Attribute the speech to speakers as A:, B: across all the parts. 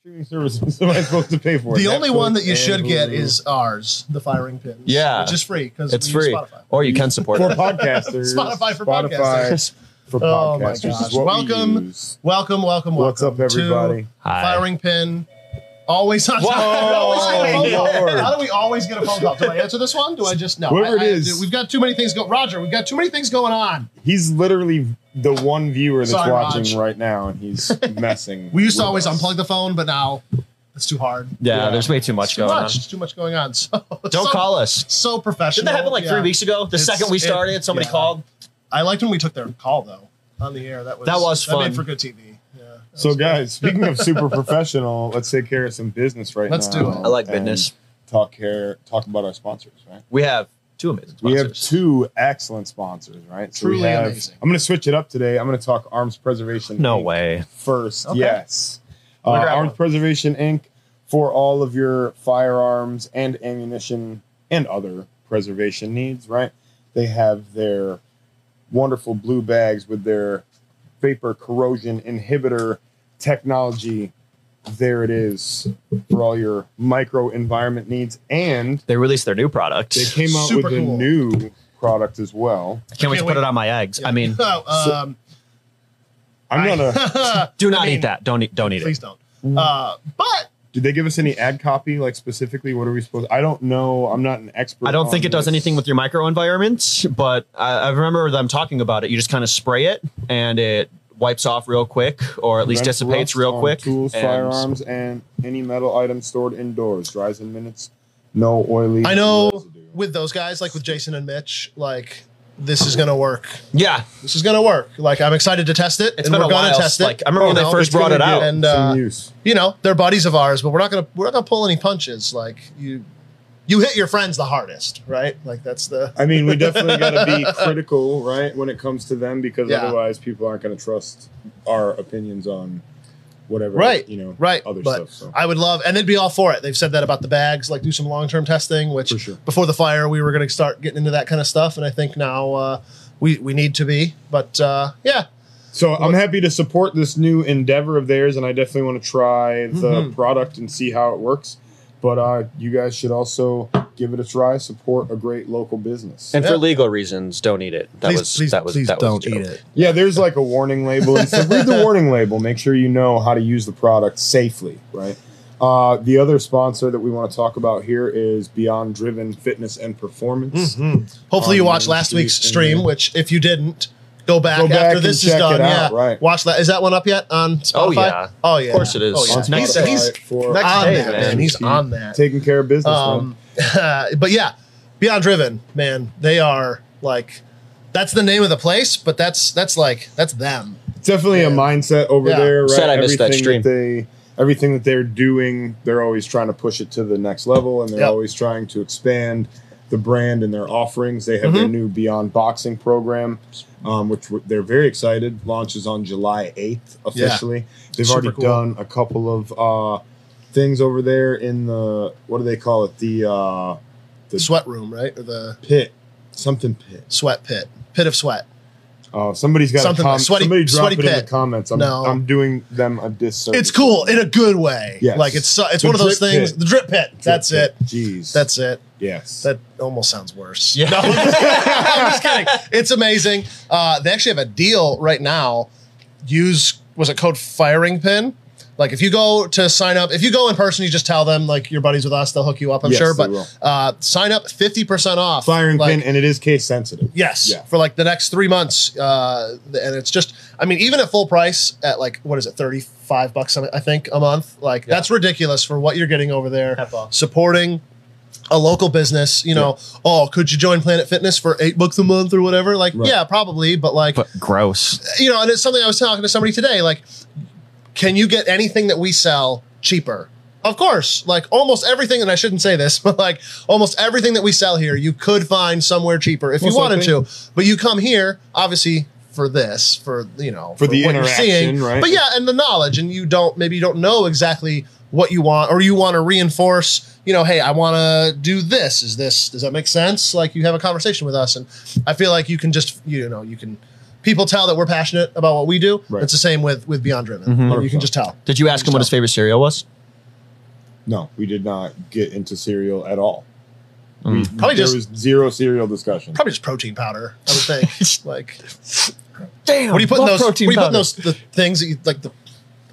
A: streaming services am I supposed to pay for?
B: The only
A: Netflix
B: one that you
A: and
B: should get
A: Hulu.
B: is ours, the firing pin.
C: Yeah.
B: which is free because
C: It's free,
B: Spotify.
C: or you can support
A: for
C: it.
A: podcasters.
B: Spotify for
A: Spotify
B: podcasters.
A: For
B: Oh my
A: podcasters
B: gosh.
A: is what we
B: Welcome.
A: use.
B: Welcome, welcome, welcome.
A: What's up,
B: to
A: everybody?
C: Hi.
B: Firing pin. Always on
C: Whoa,
B: time. I always get a phone call.
A: Lord.
B: How do we always get a phone call? Do I answer this one? Do I just no?
A: Whoever
B: I-
A: it
B: I-
A: is.
B: we've got too many things going. Roger, we've got too many things going on.
A: He's literally the one viewer that's
B: Sorry, Raj.
A: watching right now, and he's messing.
B: We used to
A: with
B: always
A: us.
B: unplug the phone, but now it's too hard.
C: yeah,
A: Yeah.
C: there's way too
B: It's
C: much
B: too
C: going
B: much.
C: on.
B: It's too much going on. So
C: Don't
B: so-
C: call us.
B: So professional.
C: Didn't that happen like
B: Yeah.
C: three weeks ago? The
B: It's-
C: second we
B: it-
C: started, somebody
B: yeah.
C: called.
B: I liked when we took their call though on the air. That was
C: That was fun.
B: made for good TV. Yeah. that
A: So,
B: was good.
A: guys, speaking of super professional, let's take care of some business right
B: Let's
A: now.
B: do it.
C: I like
A: and
C: business.
A: Talk care. Talk about our sponsors, right?
C: We have two amazing
A: We have
C: sponsors.
A: two excellent sponsors, right? we
B: Truly
A: have-
B: amazing.
A: I'm going to switch it up today. I'm going to talk Arms Preservation.
C: No
A: Inc.
C: way.
A: first.
B: Okay.
A: Yes. Uh,
C: Look at that
A: Arms
C: one.
A: Preservation Inc. for all of your firearms and ammunition and other preservation needs, right? They have their wonderful blue bags with their vapor corrosion inhibitor technology. There it is for all your micro environment needs. And
C: They released their new product.
A: they came out
B: Super
A: with a
B: cool.
A: new product as well.
C: I can't wait to
B: Can't
C: put
B: wait.
C: it on my eggs.
B: Yeah.
C: I mean,
B: So, um,
A: I'm going to.
B: I-
C: do not
B: I mean,
C: eat that. Don't eat. Don't eat
B: Please
C: it.
B: don't. Uh, but
A: Did they give us any ad copy? Like specifically, what are we supposed? I don't know. I'm not an expert.
C: I don't think
A: on
C: it does
A: this.
C: anything with your microenvironment, but I, I remember them talking about it. You just kind of spray it, and it wipes off real quick, or at least
A: Prevents
C: dissipates
A: rust
C: real
A: on
C: quick.
A: Tools,
C: and-
A: firearms, and any metal item stored indoors. Dries in minutes. No oily.
B: I know
A: residue.
B: with those guys, like with Jason and Mitch, like this is gonna work.
C: Yeah,
B: This is gonna work. Like I'm excited to test it,
C: It's
B: and
C: been
B: we're
C: a
B: gonna
C: while.
B: test it.
C: Like, I remember when
B: You
C: they
B: know,
C: first
B: it's
C: brought
B: gonna
C: it
B: get-
C: out.
B: and
A: Some
B: uh,
A: use.
B: you know they're buddies of ours, but we're not gonna we're not gonna pull any punches. Like you, you hit your friends the hardest, right? Like that's the
A: I mean, we definitely got to be critical, right, when it comes to them, because
B: Yeah.
A: otherwise, people aren't going to trust our opinions on whatever,
B: Right,
A: You know,
B: right.
A: other
B: but
A: stuff. So.
B: I would love, and they'd be all for it. They've said that about the bags, like do some long term testing, which
A: For sure.
B: before the fire we were going to start getting into that kind of stuff, and I think now uh, we we need to be. But uh, yeah,
A: So I'm happy to support this new endeavor of theirs, and I definitely want to try the
B: Mm-hmm.
A: product and see how it works. But uh, you guys should also give it a try. Support a great local business.
C: and
B: Yeah.
C: for legal reasons, don't eat it. That
B: please,
C: was
B: please,
C: that was
B: please
C: that was
B: don't
C: a joke.
B: eat it.
A: yeah, there's like a warning label. And stuff. Read the warning label. Make sure you know how to use the product safely. Right. Uh, the other sponsor that we want to talk about here is Beyond Driven Fitness and Performance.
B: Mm-hmm. Hopefully, you
A: Um,
B: watched last
A: please,
B: week's
A: and
B: stream,
A: then-
B: which if you didn't, go back,
A: Go back
B: after
A: and
B: this is
A: check it
B: done.
A: out,
B: yeah,
A: right.
B: Watch that. Is that one up yet on Spotify?
C: Oh, yeah.
B: oh yeah.
C: Of course it is.
B: Oh, yeah.
C: On
B: He's,
C: Spotify.
B: he's
A: for
C: Next
B: on
C: day,
B: that, man.
C: man.
B: He's on that.
A: taking care of business. man.
B: Um, but yeah, Beyond Driven, man, they are like that's the name of the place, but that's that's like that's them.
A: It's definitely a mindset over
B: Yeah.
A: there, right?
C: Said I missed that stream.
A: they everything that they're doing, they're always trying to push it to the next level and they're
B: Yep.
A: always trying to expand the brand and their offerings. They have their
B: Mm-hmm.
A: new Beyond Boxing program, um, which w- they're very excited. Launches on July 8th officially. They've
B: Super
A: already
B: cool.
A: done a couple of uh, things over there in the what do they call it? The uh,
B: The sweat room, right? Or the
A: pit, something pit.
B: sweat pit. Pit of sweat.
A: Oh, somebody's got
B: Something
A: a com-
B: like sweaty-
A: somebody drop
B: sweaty
A: it in the
B: pit.
A: comments. I'm,
B: No.
A: I'm doing them a disservice.
B: It's cool in a good way.
A: Yes.
B: Like it's so- it's
A: The
B: one of those
A: drip
B: things.
A: pit.
B: The drip pit. that's it.
A: Jeez.
B: That's it.
A: yes.
B: That almost sounds worse. Yeah. I'm, just kidding. I'm just kidding. It's amazing. Uh, they actually have a deal right now. Use was it code firing pin? Like if you go to sign up, if you go in person, you just tell them like your buddies with us, they'll hook you up. I'm
A: Yes,
B: sure,
A: they
B: but
A: will.
B: uh, sign up fifty percent off.
A: firing
B: like,
A: pin, and it is case sensitive.
B: Yes,
A: Yeah.
B: for like the next three months, uh, and it's just, I mean, even at full price, at like what is it, thirty five bucks, I think, a month. Like that's ridiculous for what you're getting over there.
C: Half off.
B: Supporting a local business, you know. Oh, could you join Planet Fitness for eight bucks a month or whatever? Like,
A: Right.
B: yeah, probably, but like,
C: But gross.
B: you know, and it's something I was talking to somebody today. Like, can you get anything that we sell cheaper? Of course, like almost everything, and I shouldn't say this, but like almost everything that we sell here, you could find somewhere cheaper if
A: Most
B: you wanted
A: likely.
B: to. But you come here, obviously, for this, for you know,
A: For the interaction, right?
B: But yeah, and the knowledge, and you don't maybe you don't know exactly what you want, or you want to reinforce. You know, hey, I want to do this. Is this does that make sense? Like you have a conversation with us, and I feel like you can just you know you can people tell that we're passionate about what we do.
A: Right.
B: It's the same with with Beyond Driven. You can just tell.
C: Did you ask him what his favorite cereal was?
A: No, we did not get into cereal at all. We,
C: Mm.
A: Probably
B: Probably
A: there
B: just-
A: was zero cereal discussion.
B: Probably just protein powder. I would think. like,
C: Damn.
B: what do you put in
C: love
B: those? What do you put in
C: powder.
B: those the things that you like? The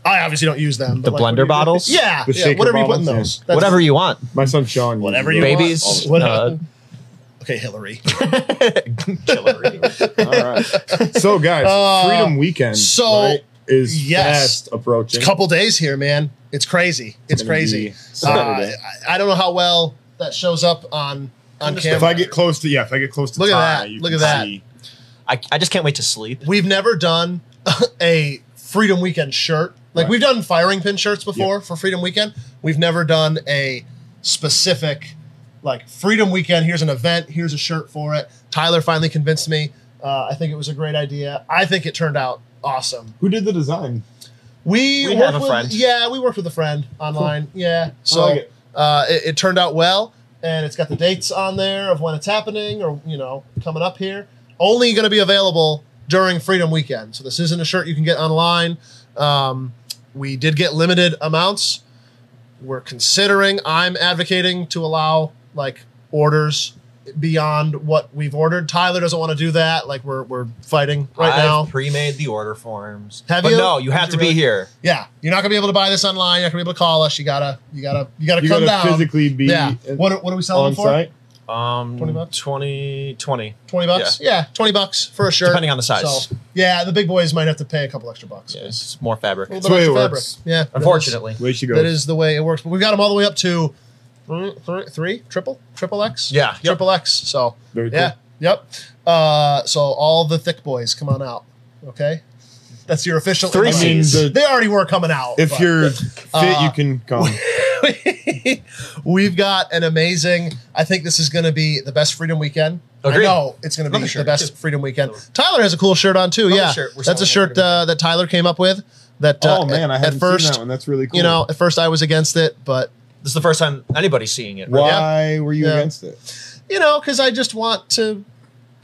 B: I obviously don't use them.
C: The
B: but, like, what
C: blender
B: do you-
C: bottles?
B: Yeah,
A: The
B: yeah
A: shaker
B: whatever you put in
A: bottles, yeah.
B: those. That's-
C: Whatever you want.
A: My son Sean. uses
B: Whatever you
A: those.
C: Babies.
A: All
B: What-
C: uh,
B: Okay, Hillary.
C: Hillary.
A: All right. So guys,
B: Uh,
A: Freedom Weekend
B: so,
A: right, is
B: yes.
A: fast approaching.
B: It's a couple days here, man. It's crazy. It's
A: gonna be
B: crazy. Uh,
A: Saturday.
B: I, I don't know how well that shows up on on
A: if
B: camera.
A: I get close to yeah, if I get close to
B: Look at
A: Ty,
B: that.
A: you
B: Look
A: can
B: at that.
A: see-
C: I, I just can't wait to sleep.
B: we've never done a Freedom Weekend shirt. Like
A: Right.
B: we've done firing pin shirts before for Freedom Weekend. We've never done a specific like Freedom Weekend. Here's an event. Here's a shirt for it. Tyler finally convinced me. Uh, I think it was a great idea. I think it turned out awesome.
A: Who did the design?
B: We,
C: We
B: worked
C: have a
B: with,
C: friend.
B: Yeah, we worked with a friend online. Yeah, so
A: like it.
B: Uh, it, it turned out well, and it's got the dates on there of when it's happening, or you know, coming up here. Only going to be available during Freedom Weekend, so this isn't a shirt you can get online. Um, we did get limited amounts. We're considering. I'm advocating to allow like orders beyond what we've ordered. Tyler doesn't want to do that. Like we're we're fighting right
C: I've
B: now.
C: pre-made the order forms.
B: Have
C: but
B: you?
C: no, you have
B: Did
C: to
B: you really?
C: be here.
B: Yeah, you're not gonna be able to buy this online. You're not gonna be able to call us. You gotta, you gotta, you gotta
A: You
B: come
A: gotta
B: down.
A: physically be
B: yeah. What, are- what are we selling
A: on
B: them for?
A: site.
C: Um,
B: 20 bucks?
C: 20, 20.
B: Twenty bucks. Yeah. twenty bucks for a shirt.
C: Depending on the size.
B: So, yeah, the big boys might have to pay a couple extra bucks.
C: Yeah, it's just more fabric.
B: A
A: That's the
B: little
A: way it
B: bit
A: works.
B: extra fabric. Yeah. that is-
C: Unfortunately.
A: Way she goes.
B: that is the way it works. But we've got them all the way up to three, three, three triple, triple X.
C: Yeah, yep.
B: triple X. So
A: Very
B: yeah,
A: cool.
B: yep. Uh, so all the thick boys, come on out. Okay, that's your official.
C: Three
B: invite.
A: I mean,
C: C's.
A: the-
B: they already were coming out.
A: if
B: but-
A: you're fit, you
B: Uh,
A: can come.
B: We've got an amazing. I think this is going to be the best Freedom Weekend.
C: Agreed.
B: I know it's going to be
C: Another
B: the
C: shirt,
B: best
C: too.
B: Freedom Weekend. Tyler has a cool shirt on too.
C: Another
B: yeah,
C: shirt we're
B: that's a
C: selling
B: shirt uh, that Tyler came up with. That uh,
A: oh man, I
B: at,
A: haven't
B: at first,
A: seen that one. That's really cool.
B: you know, at first I was against it, but
C: This is the first time anybody's seeing it.
B: Yeah.
A: why were you
B: Yeah.
A: against it?
B: you know, because I just want to,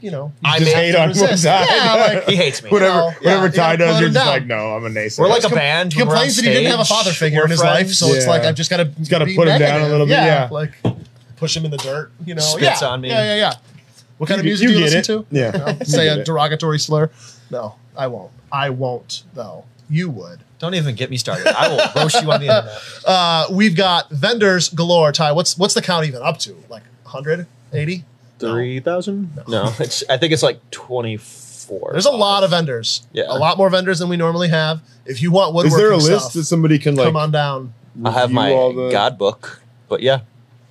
B: you know,
C: I
A: Just
C: made-
A: hate on one
B: resist.
A: side.
B: Yeah, like-
C: He hates me.
A: whatever,
B: No, yeah,
A: whatever
B: you
A: Ty
B: gotta
A: does,
B: put
A: you're
B: him
A: just
B: down.
A: like, no, I'm a naysayer.
C: We're like a
B: com-
C: band.
B: He
C: when we're on
B: complains that he didn't have a
C: stage,
B: father figure
C: we're
B: in his life,
C: friends.
B: so it's
A: Yeah.
B: like I've just got to
A: gotta put him down a little bit, yeah.
B: like push him in the dirt. You know,
C: Spits
B: yeah.
C: on me.
B: Yeah, yeah, yeah. What kind of music do you
A: get
B: listen
A: it.
B: to?
A: Yeah,
B: No,
A: You
B: say
A: get
B: a
A: it.
B: derogatory slur. No, I won't. I won't though. You would.
C: Don't even get me started. I will roast you on the internet.
B: Uh, we've got vendors galore. Ty, what's what's the count even up to? Like 100, 80?
C: Three thousand? No, it's. I think it's like twenty four.
B: There's a lot of vendors.
C: Yeah.
B: a lot more vendors than we normally have. If you want woodworking
A: Is there a list
B: stuff,
A: that somebody can like?
B: come on down.
C: I have
A: review
C: my
A: all the-
C: God book, but yeah,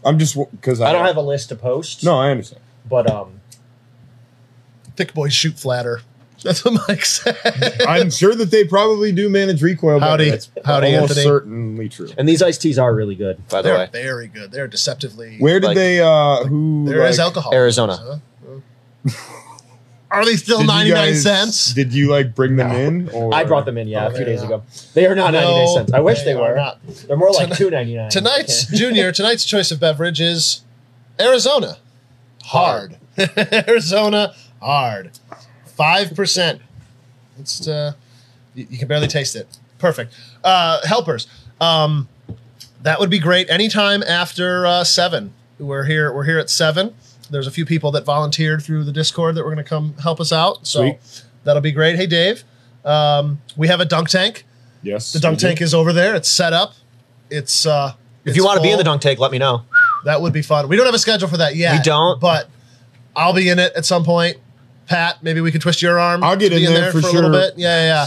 A: I'm just because I,
C: I don't have a list to post.
A: No, I understand.
C: but um,
B: Thick boys shoot flatter. That's what Mike said.
A: I'm sure that they probably do manage recoil. but
B: Howdy.
A: that's
B: Howdy,
A: almost
B: Anthony.
A: certainly true.
C: and these iced teas are really good, by the
B: They're
C: way.
B: very good. They're deceptively.
A: Where did
C: Like-
A: they? uh Who?
B: there is
A: like,
B: alcohol?
C: Arizona.
B: Are they
A: did
B: still
A: you
B: ninety nine
A: guys-
B: cents?
A: Did you like bring them in? Or
D: I brought them in, yeah,
B: Oh,
D: a few
B: they're
D: days
B: not.
D: ago. They are not 99 cents. I wish they,
B: are
D: were.
B: not.
D: They're more like
B: Tonight-
D: two ninety nine.
B: Tonight's junior, tonight's choice of beverage is Arizona hard. Arizona hard. 5%. It's uh you, you can barely taste it. Perfect. Uh helpers. Um that would be great anytime after uh 7. We're here we're here at 7. There's a few people that volunteered through the Discord that were going to come help us out. So that'll be great. Hey Dave. Um we have a dunk tank.
A: Yes.
B: The dunk
A: we did.
B: tank is over there. It's set up. It's uh
C: If you want to be in the
B: dunk.
C: dunk tank, let me know.
B: That would be fun. We don't have a schedule for that yet.
C: We don't?
B: But I'll be in it at some point. Pat, maybe we can twist your arm.
A: I'll get
B: to
A: in
B: be
A: there for
B: a little
A: sure.
B: bit. Yeah, yeah.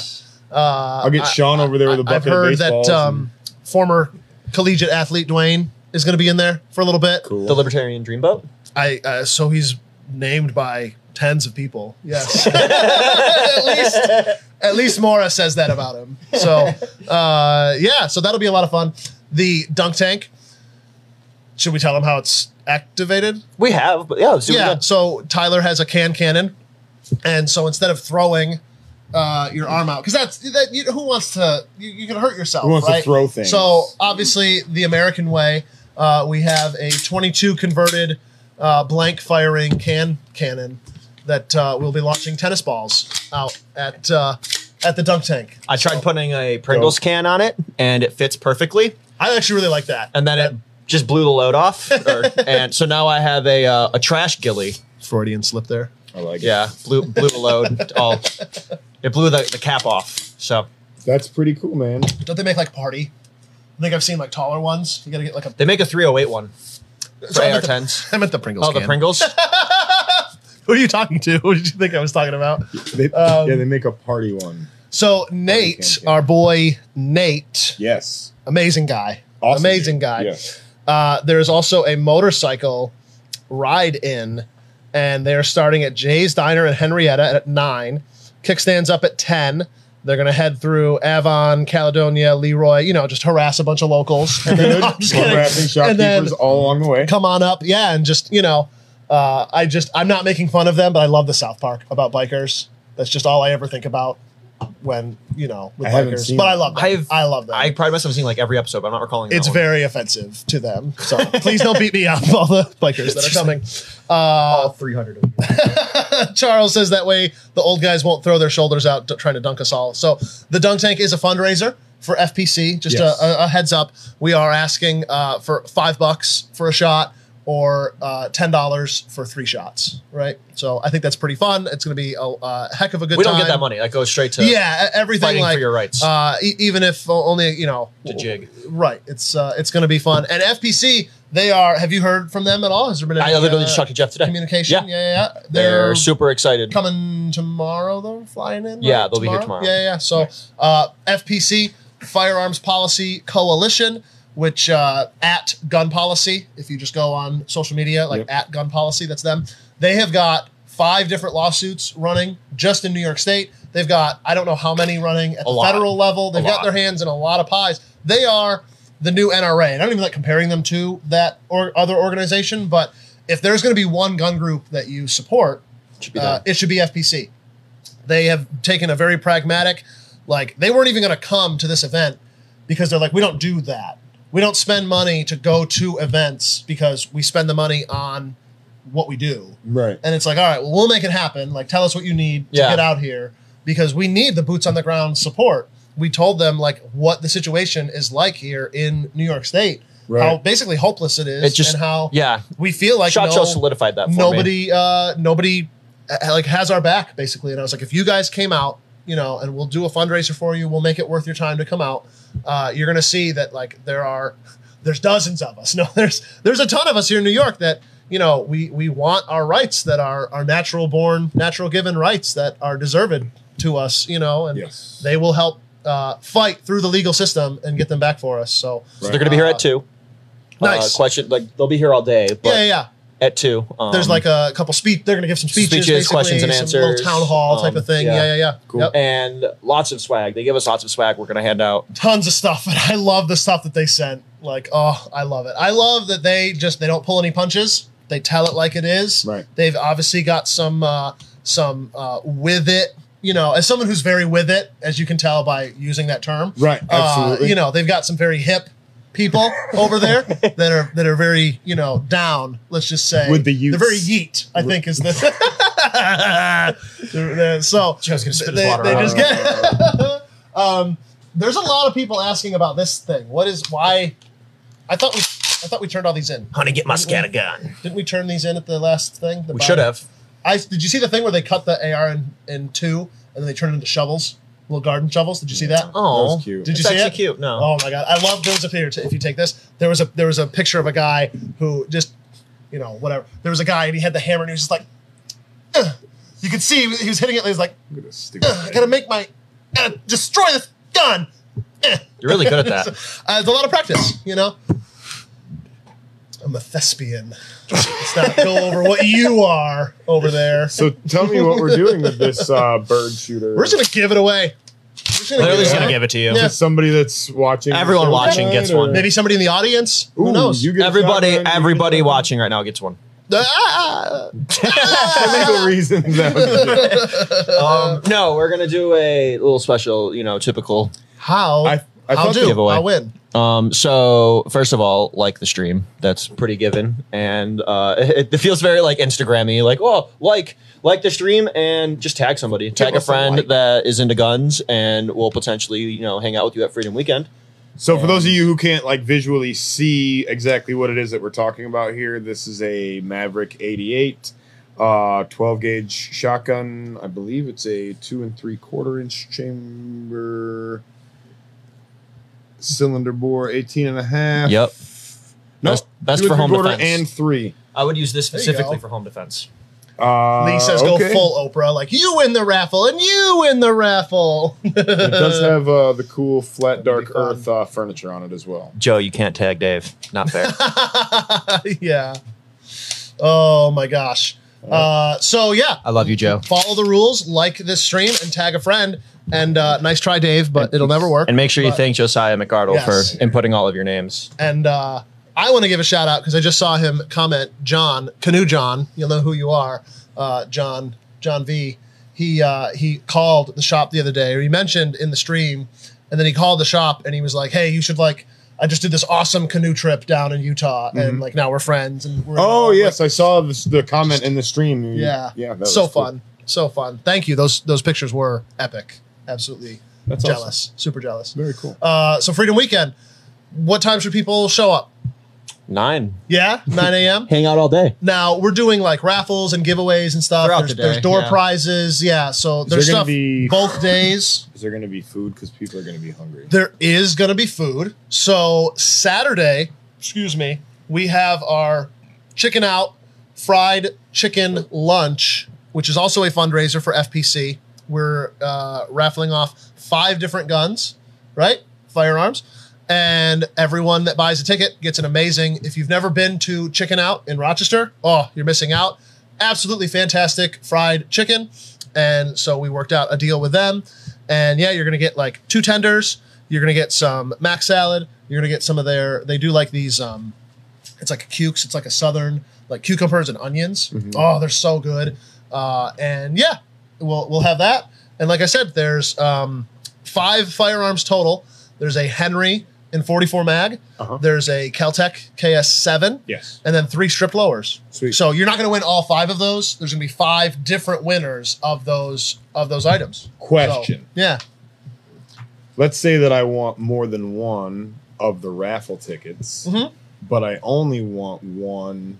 B: yeah. Uh,
A: I'll get
B: I-
A: Sean over there with a
B: I've
A: bucket
B: heard
A: of baseballs.
B: that um, former collegiate athlete Dwayne is going to be in there for a little bit.
C: The Libertarian Dreamboat.
B: I uh, so he's named by tens of people. Yes, at least at least Mora says that about him. So uh, yeah, so that'll be a lot of fun. The dunk tank. Should we tell him how it's activated?
C: We have, but yeah, let's do it
B: yeah.
C: again.
B: So Tyler has a can cannon, and so instead of throwing uh, your arm out, because that's that. You, who wants to? You, you can hurt yourself.
A: Who wants to
B: right?
A: throw things?
B: So obviously, the American way, uh, we have a 22 converted uh, blank firing can cannon that uh, we'll be launching tennis balls out at uh, at the dunk tank.
C: I tried putting a Pringles
A: Go.
C: can on it, and it fits perfectly.
B: I actually really like that.
C: and then it just blew the load off. Or, and so now I have a uh, a trash gilly.
B: Freudian slip there.
A: I like it.
C: Yeah, blew blew a load. All it blew the, the cap off. So
A: That's pretty cool, man.
B: Don't they make like party? I think I've seen like taller ones. You gotta get like a.
C: they make a 308 one for
B: Sorry, I meant the-
C: AR10s.
B: I meant the Pringles.
C: Oh, the
B: can.
C: Pringles.
B: Who are you talking to? Who did you think I was talking about?
A: They,
B: Um,
A: yeah, they make a party one.
B: So Nate,
A: can, yeah.
B: our boy Nate,
A: Yes.
B: amazing guy,
A: Awesome.
B: amazing guy.
A: Yes.
B: Uh, there is also a motorcycle ride in, and they are starting at Jay's Diner in Henrietta at nine. Kickstands up at ten. They're gonna head through Avon, Caledonia, Leroy. You know, just harass a bunch of locals. And then-
A: Good.
B: I'm just kidding.
A: Harassing
B: And then-
A: shopkeepers all along the way.
B: come on up. Yeah, and just you know, uh, I just I'm not making fun of them, but I love the South Park about bikers. That's just all I ever think about when you know with
A: I haven't
B: bikers.
A: seen
B: But I
A: it.
B: love them.
C: I've-
B: I love them.
C: I pride myself on seeing like every episode, but I'm not recalling. that
B: it's
C: one.
B: very offensive to them. So please don't beat me up, all the bikers that are coming. Uh,
D: All 300 of you.
B: Charles says that way the old guys won't throw their shoulders out d- trying to dunk us all. So the dunk tank is a fundraiser for FPC. Just
A: Yes.
B: a, a, a heads up, we are asking uh, for five bucks for a shot or uh, ten dollars for three shots. Right. So I think that's pretty fun. It's going to be a, a heck of a good.
C: We
B: time.
C: don't get that money. That goes straight to
B: Yeah, e- everything
C: fighting
B: like
C: for your rights.
B: uh, e- even if o- only you know
C: To jig.
B: Right. It's uh, it's going to be fun. And FPC, they are. Have you heard from them at all? Has there been? Any,
C: I literally
B: uh,
C: just talked to Jeff today.
B: communication.
C: Yeah.
B: Yeah, yeah. yeah.
C: They're super excited.
B: coming tomorrow though flying in
C: Yeah,
B: right?
C: they'll be here tomorrow.
B: yeah yeah, yeah so uh, fpc firearms policy coalition which uh, at gun policy if you just go on social media like
A: Yep.
B: at gun policy that's them they have got five different lawsuits running just in new york state they've got i don't know how many running at
C: A
B: the
C: lot.
B: federal level they've got
C: lot.
B: their hands in a lot of pies they are the new nra and i don't even like comparing them to that or other organization but if there's going to be one gun group that you support
C: Should be
B: uh,
C: done.
B: it should be FPC. They have taken a very pragmatic, like they weren't even going to come to this event because they're like, we don't do that. We don't spend money to go to events because we spend the money on what we do.
A: Right.
B: And it's like, all right, well, we'll make it happen. Like, tell us what you need to
C: Yeah.
B: get out here because we need the boots on the ground support. We told them like what the situation is like here in New York State,
A: Right.
B: how basically hopeless it is,
C: It just-
B: and how
C: yeah.
B: we feel like
C: Shot
B: no,
C: Show solidified that. For me.
B: nobody uh nobody uh, like has our back basically and i was like if you guys came out you know and we'll do a fundraiser for you we'll make it worth your time to come out uh you're gonna see that like there are there's dozens of us no there's there's a ton of us here in new york that you know we we want our rights that are our natural born natural given rights that are deserved to us you know and
A: Yes.
B: they will help uh, fight through the legal system and get them back for us so
C: So they're going to be here at two.
B: Nice.
C: Uh, question. Like they'll be here all day. But
B: yeah yeah, yeah
C: At two. Um,
B: there's like a couple speech. They're going to give some speeches,
C: Speeches,
B: basically,
C: questions and
B: some little
C: answers.
B: town hall type
C: Um,
B: of thing. Yeah,
C: yeah.
B: yeah, yeah.
A: Cool.
B: Yep.
C: and lots of swag. They give us lots of swag. We're going to hand out.
B: Tons of stuff, and I love the stuff that they sent. Like, oh, I love it. I love that they just they don't pull any punches. They tell it like it is.
A: Right.
B: They've obviously got some uh, some uh, with it. You know, as someone who's very with it, as you can tell by using that term.
A: Right, absolutely.
B: Uh, you know, they've got some very hip people over there that are that are very you know down. Let's just say
A: With the
B: They're very
A: youths.
B: yeet. I think is the. They're- they're- so
C: Joe's gonna spit his
B: they,
C: water
B: they
C: out.
B: just get. um, there's a lot of people asking about this thing. What is why? I thought we I thought we turned all these in.
C: Honey, get my
B: scatter
C: gun.
B: Didn't we turn these in at the last thing? The
C: We
B: bio-
C: should have.
B: I did you see the thing where they cut the AR in, in two and then they turned it into shovels, little garden shovels? Did you see that?
C: Oh,
A: was cute.
B: Did you
C: Did you it's
B: see
C: actually
B: it?
C: cute. No.
B: Oh my god, I love those up here. If you take this, there was a there was a picture of a guy who just, you know, whatever. There was a guy and he had the hammer and he was just like, "Ugh." you could see he was hitting it. He was like,
A: Look at this stupid
B: "Ugh, I
A: thing.
B: gotta make my, gotta destroy this gun. Ugh."
C: You're really good at that.
B: Uh, it's a lot of practice, you know. I'm a thespian. Let's not go over what you are over there.
A: So tell me what we're doing with this uh, bird shooter.
B: We're just gonna give it away. We're just gonna
C: Literally
B: give
C: just
B: it
C: gonna
B: away.
C: give it to you.
B: Yeah.
A: Is somebody that's watching. the
C: Everyone
A: show
C: watching
A: tonight,
C: gets
A: or-
C: one.
B: Maybe somebody in the audience.
A: Ooh,
B: Who knows?
A: You get a
C: Everybody,
A: shotgun, you get a
C: everybody
A: shotgun.
C: watching right now gets one.
B: Ah,
A: For legal reasons. that was it.
B: Uh-huh.
C: Um, no, we're gonna do a little special, you know, typical.
B: how?
A: I- I
B: I'll
A: thought
B: do.
A: the
C: giveaway-
B: I'll win.
C: Um, so first of all, like the stream, that's pretty given, and uh, it, it feels very like Instagrammy, like oh, like like the stream, and just tag somebody, tag a
B: us a
C: friend
B: like.
C: that is into guns, and we'll potentially you know hang out with you at Freedom Weekend.
A: So for those of you who can't like visually see exactly what it is that we're talking about here, this is a Maverick 88, uh, 12 gauge shotgun. I believe it's a two and three quarter inch chamber cylinder bore, 18 and a half.
C: Yep.
A: No,
C: Best- best
A: two and
C: for
A: three
C: home
A: quarter
C: defense.
A: and three.
C: I would use this
B: There you
C: specifically
B: go.
C: for home defense.
A: Uh,
B: Lee says
A: okay.
B: go full Oprah, like you win the raffle and you win the raffle.
A: It does have uh, the cool flat dark
B: be fun.
A: earth uh, furniture on it as well.
C: Joe, you can't tag Dave. Not fair.
B: yeah. Oh my gosh. Uh, so yeah,
C: I love you, Joe.
B: follow the rules, like this stream, and tag a friend. And uh, nice try, Dave, but it'll never work.
C: And make sure you
B: But-
C: thank Josiah McArdle
B: Yes.
C: for inputting all of your names.
B: And uh, I want to give a shout out because I just saw him comment, John, Canoe John, you'll know who you are, uh, John, John V. He uh, he called the shop the other day, or he mentioned in the stream, and then he called the shop and he was like, "Hey, you should like, I just did this awesome canoe trip down in Utah, and like now we're friends." And we're
A: Mm-hmm. Oh
B: like,
A: yes, I saw this, the comment in the stream.
B: yeah,
A: yeah, that was
B: so
A: cool.
B: fun, so fun. Thank you. Those those pictures were epic. Absolutely
A: That's
B: jealous, super jealous.
A: Very cool.
B: Uh, so Freedom Weekend, what time should people show up?
C: Nine.
B: Yeah, nine a.m.
D: Hang out all day.
B: Now we're doing like raffles and giveaways and stuff.
D: Throughout
B: There's,
D: the day,
B: there's door
D: yeah.
B: prizes, yeah. So
A: there
B: there's
A: gonna
B: stuff
A: be-
B: both days.
A: Is there going to be food? Because people are going to be hungry.
B: There is gonna be food. So Saturday, excuse me, we have our chicken out fried chicken lunch, which is also a fundraiser for FPC. We're uh, raffling off five different guns, right? Firearms. And everyone that buys a ticket gets an amazing. If you've never been to Chicken Out in Rochester, oh, you're missing out. Absolutely fantastic fried chicken. And so we worked out a deal with them. And yeah, you're going to get like two tenders. You're going to get some mac salad. You're going to get some of their, they do like these, um, it's like a cukes. It's like a southern, like cucumbers and onions.
A: Mm-hmm.
B: Oh, they're so good. Uh, and yeah, we'll we'll have that. And like I said, there's um, five firearms total. There's a Henry in 44 mag.
A: Uh-huh.
B: There's a Caltech KS7,
A: Yes.
B: and then three strip lowers.
A: Sweet.
B: So you're not going to win all five of those. There's going to be five different winners of those of those items. So,
A: Question.
B: yeah.
A: Let's say that I want more than one of the raffle tickets,
B: Mhm.
A: but I only want one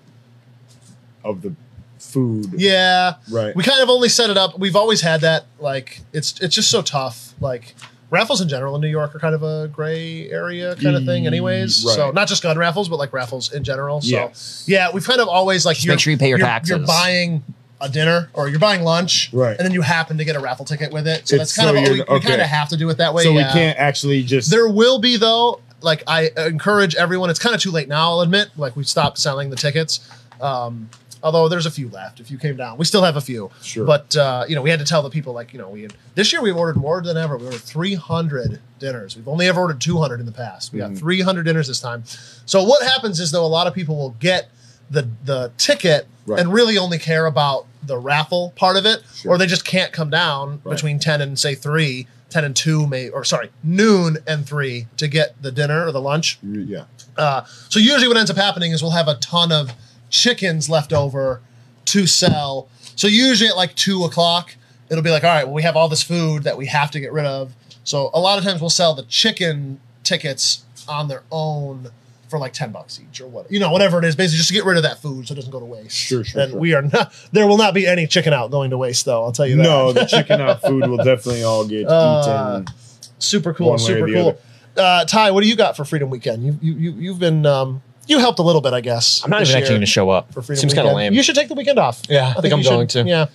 A: of the food.
B: Yeah.
A: Right.
B: we kind of only set it up. We've always had that. Like it's it's just so tough. Like raffles in general in New York are kind of a gray area kind of thing, anyways.
A: Mm, right.
B: So not just gun raffles, but like raffles in general. So
A: Yes.
B: yeah, we've kind of always like
D: make sure you pay your
B: you're-
D: taxes.
B: You're buying a dinner or you're buying lunch,
A: Right.
B: And then you happen to get a raffle ticket with it. So
A: It's
B: that's kind
A: so
B: of all we,
A: you're-
B: we kind
A: okay.
B: of have to do it that way.
A: so
B: yeah.
A: we can't actually just.
B: There will be though. Like I encourage everyone. It's kind of too late now. I'll admit. Like we stopped selling the tickets. Um, although there's a few left. If you came down, we still have a few.
A: Sure.
B: But uh, you know, we had to tell the people like you know we had, this year we've ordered more than ever. We ordered 300 dinners. We've only ever ordered 200 in the past. We got
A: Mhm.
B: 300 dinners this time. So what happens is though a lot of people will get the the ticket
A: Right.
B: and really only care about the raffle part of it,
A: Sure.
B: or they just can't come down
A: Right.
B: between 10 and say 3 10 and 2 may or sorry noon and 3 to get the dinner or the lunch
A: yeah.
B: uh, so usually what ends up happening is we'll have a ton of chickens left over to sell so usually at like 2 o'clock it'll be like all right well we have all this food that we have to get rid of so a lot of times we'll sell the chicken tickets on their own for like 10 bucks each or what you know whatever it is basically just to get rid of that food so it doesn't go to waste
A: Sure, sure,
B: and
A: sure.
B: we are not there will not be any chicken out going to waste though i'll tell you that
A: No, the chicken out food will definitely all get
B: Uh,
A: eaten.
B: super cool,
A: One way or
B: super
A: the
B: cool. Uh, Ty, what do you got for Freedom Weekend? You you, you you've been um, you helped a little bit, I guess.
C: I'm not
B: this
C: even
B: year
C: actually going to show up.
B: for Freedom
C: Seems kind of
B: Weekend.
C: lame.
B: You should take the weekend off.
C: Yeah, I think I'm
B: you should-
C: going to.
B: Yeah,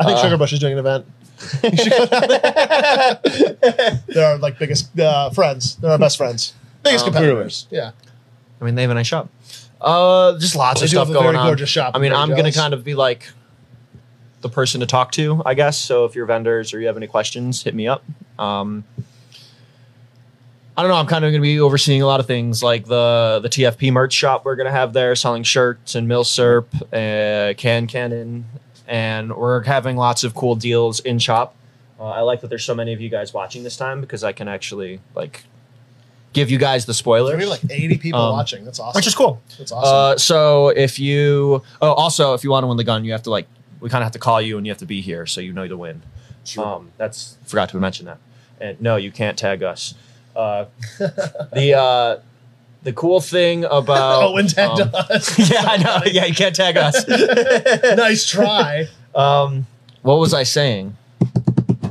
B: I think
C: Uh,
B: Sugar Bush is doing an event. You should go down there. They're our like biggest uh, friends. They're our best friends. Biggest
C: Um,
B: competitors. Yeah.
C: I mean, they have a nice shop. Uh, just lots
B: They
C: of
B: do
C: stuff
B: have a
C: going
B: very
C: on.
B: gorgeous shop.
C: I mean,
B: Very
C: I'm going
B: jealous.
C: to kind of be like the person to talk to, I guess. So if you're vendors or you have any questions, hit me up. Um, I don't know. I'm kind of going to be overseeing a lot of things like the the TFP merch shop we're going to have there, selling shirts and milsurp, uh, can cannon, and we're having lots of cool deals in shop. Uh, I like that there's so many of you guys watching this time because I can actually like give you guys the spoilers.
B: There may be like 80 people
C: Um,
B: watching. That's awesome.
C: which is cool.
B: That's awesome.
C: Uh, so if you, oh, also if you want to win the gun, you have to like, we kind of have to call you and you have to be here so you know to win.
A: Sure.
C: Um, that's forgot to mention that. And no, you can't tag us. Uh, the uh, the cool thing about
B: oh, and tagged
C: um,
B: us.
C: yeah, I know. Yeah, you can't tag us.
B: nice try.
C: um, what was I saying?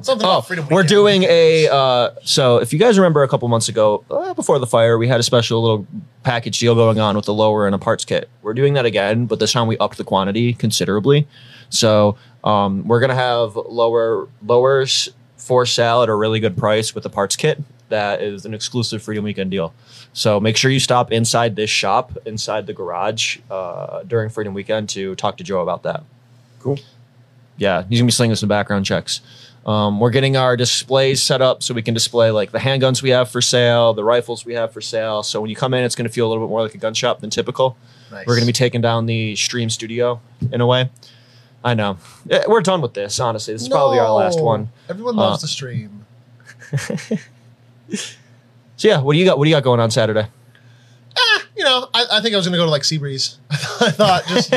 B: Something
C: Oh,
B: about freedom.
C: we're
B: Weekend.
C: doing a. Uh, so if you guys remember a couple months ago, uh, before the fire, we had a special little package deal going on with the lower and a parts kit. We're doing that again, but this time we upped the quantity considerably. So um, we're gonna have lower lowers for sale at a really good price with the parts kit. That is an exclusive Freedom Weekend deal. So make sure you stop inside this shop, inside the garage, uh, during Freedom Weekend to talk to Joe about that
A: Cool.
C: yeah, he's gonna be slinging some background checks. Um, we're getting our displays set up so we can display like the handguns we have for sale, the rifles we have for sale. So when you come in, it's gonna feel a little bit more like a gun shop than typical.
B: Nice.
C: We're gonna be taking down the stream studio in a way. I know. Eh, We're done with this, honestly. This is probably our last
B: No.
C: one.
B: Everyone
C: Uh,
B: loves the stream.
C: So yeah, what do you got? What do you got going on Saturday?
B: Ah, you know, I, I think I was gonna go to like Seabreeze. I thought just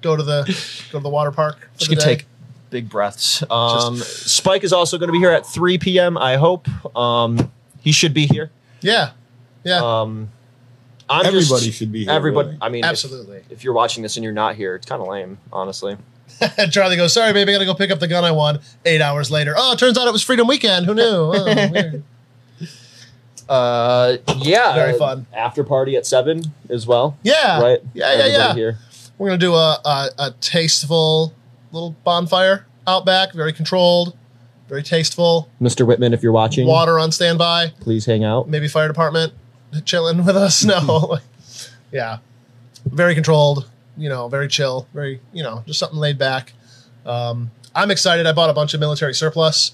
B: go to the go to the water park. For
C: Just
B: the
C: gonna
B: day.
C: take big breaths. Um, Spike is also gonna be here at 3 p.m. I hope. Um, he should be here.
B: Yeah, yeah,
C: Um, I'm just-
A: Everybody should be here.
C: Everybody.
A: really.
C: I mean, if-
B: absolutely.
C: if you're watching this and you're not here, it's kind of lame, honestly.
B: And Charlie goes, "Sorry, baby, I gotta go pick up the gun I won." Eight hours later, oh, turns out it was Freedom Weekend. Who knew? Oh, weird.
C: Uh, yeah.
B: Very fun.
C: After party at seven as well,
B: Yeah,
C: right?
B: Yeah, yeah,
C: Everybody
B: yeah.
C: Here.
B: We're gonna do a, a a tasteful little bonfire out back. Very controlled, very tasteful.
C: Mr. Whitman, if you're watching,
B: Water on standby.
C: please hang out.
B: Maybe fire department chilling with us. No, yeah, very controlled. You know, very chill. Very you know, just something laid back. Um, I'm excited. I bought a bunch of military surplus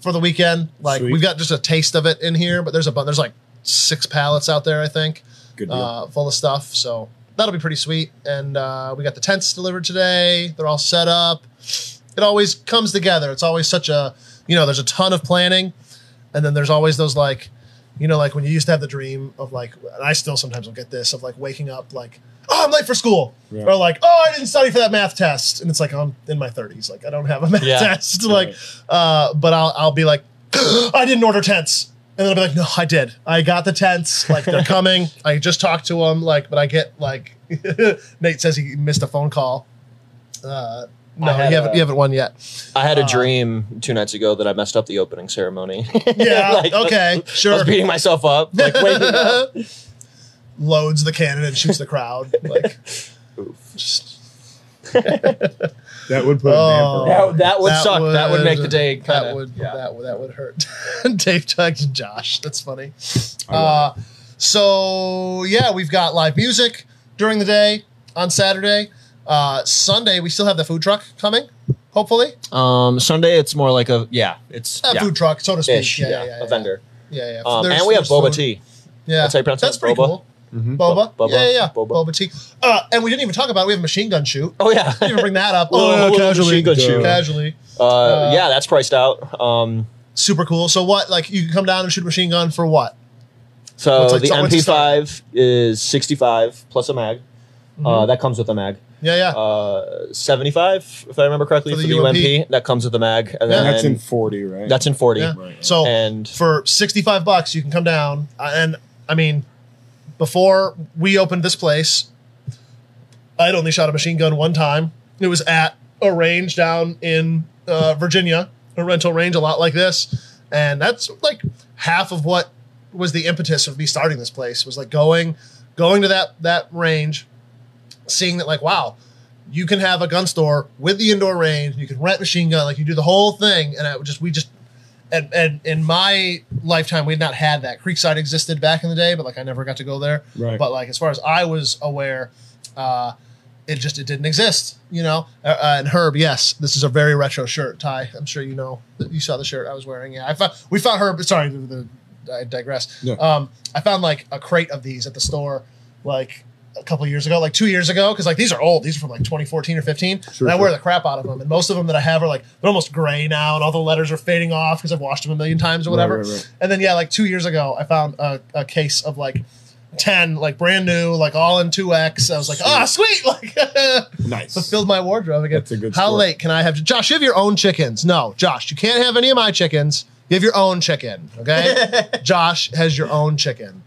B: for the weekend. Like
A: Sweet.
B: we've got just a taste of it in here, but there's a bu- there's like six pallets out there. I think
A: Good deal.
B: uh, full of stuff. So that'll be pretty sweet. And uh, we got the tents delivered today. They're all set up. It always comes together. It's always such a, you know, there's a ton of planning. And then there's always those like, you know, like when you used to have the dream of like, and I still sometimes will get this of like waking up like, oh, I'm late for school.
A: Yeah.
B: Or like, oh, I didn't study for that math test. And it's like, I'm in my 30s. Like, I don't have a math
C: Yeah.
B: test. Like, uh, but I'll, I'll be like, I didn't order tents. And then I'll be like, no, I did. I got the tents. Like they're coming. I just talked to them. Like, but I get like, Nate says he missed a phone call. Uh, no,
C: I had
B: you haven't.
C: a-
B: you haven't won yet.
C: I had a
B: Uh,
C: dream two nights ago that I messed up the opening ceremony.
B: Yeah.
C: Like,
B: okay.
C: I
B: Sure.
C: was beating myself up. Like, waking up.
B: Loads the cannon and shoots the crowd. Like, just
A: that would put a
B: Oh.
A: damper on.
C: That, that would suck. that would make the day. Kinda,
B: that would
C: Yeah.
B: that would that would hurt. Dave Tugs and Josh. That's funny.
A: I love
B: Uh, so yeah, we've got live music during the day on Saturday. Uh, Sunday we still have the food truck coming. Hopefully,
C: Um, Sunday it's more like a yeah. It's
B: a
C: yeah,
B: food truck, so to speak.
C: ish,
B: yeah, yeah, yeah,
C: a vendor.
B: Yeah, yeah.
C: Um,
B: There's-
C: and we have
B: there's
C: boba
B: food.
C: tea.
B: Yeah,
C: That's how you pronounce it,
B: That's pretty
C: boba?
B: cool.
A: Mhm.
B: Boba.
C: Boba.
B: Yeah, yeah, yeah.
C: Boba.
B: Boba. tea. Uh, and we didn't even talk about it. We have a machine gun shoot.
C: Oh yeah.
B: Didn't even bring that up.
C: Little-
A: Oh,
C: little machine gun
A: shoot.
B: Casually.
C: uh, yeah, that's priced out. Um,
B: Super cool. So what? Like you can come down and shoot a machine gun for what?
C: So
B: What's like-
C: the
B: so what's the
C: MP5 is 65 plus a mag. Uh, that comes with a mag.
B: Yeah, yeah.
C: Uh, 75, if I remember correctly,
B: For
C: for
B: the
C: the, UMP. That comes with a mag, and
B: Yeah.
C: then
A: That's in 40, right?
C: that's in 40.
B: yeah.
A: right.
B: So
C: And
B: for 65 bucks you can come down Uh, and i mean before we opened this place i'd only shot a machine gun one time it was at a range down in uh, virginia a rental range a lot like this and that's like half of what was the impetus of me starting this place was like going going to that that range seeing that like wow you can have a gun store with the indoor range you can rent machine gun like you do the whole thing and i would just we just and, and in my lifetime we had not had that creekside existed back in the day but like i never got to go there
A: Right.
B: but like as far as i was aware uh it just it didn't exist you know uh, uh, and herb yes this is a very retro shirt ty i'm sure you know that you saw the shirt i was wearing yeah i found we found herb sorry the, the, i digress
A: Yeah.
B: um i found like a crate of these at the store like a couple years ago, like two years ago, because like these are old. These are from like 2014 or 15.
A: Sure,
B: and I
A: sure.
B: wear the crap out of them, and most of them that I have are like they're almost gray now, and all the letters are fading off because I've washed them a million times or
A: Right,
B: whatever.
A: right, right.
B: And then yeah, like two years ago, I found a, a case of like 10, like brand new, like all in 2x. I was like, ah, sweet, like
A: nice.
B: fulfilled my wardrobe again.
A: That's a good
B: How
A: score.
B: late can I have? Josh, you have your own chickens. No, Josh, you can't have any of my chickens. You have your own chicken, okay? Josh has your own chicken.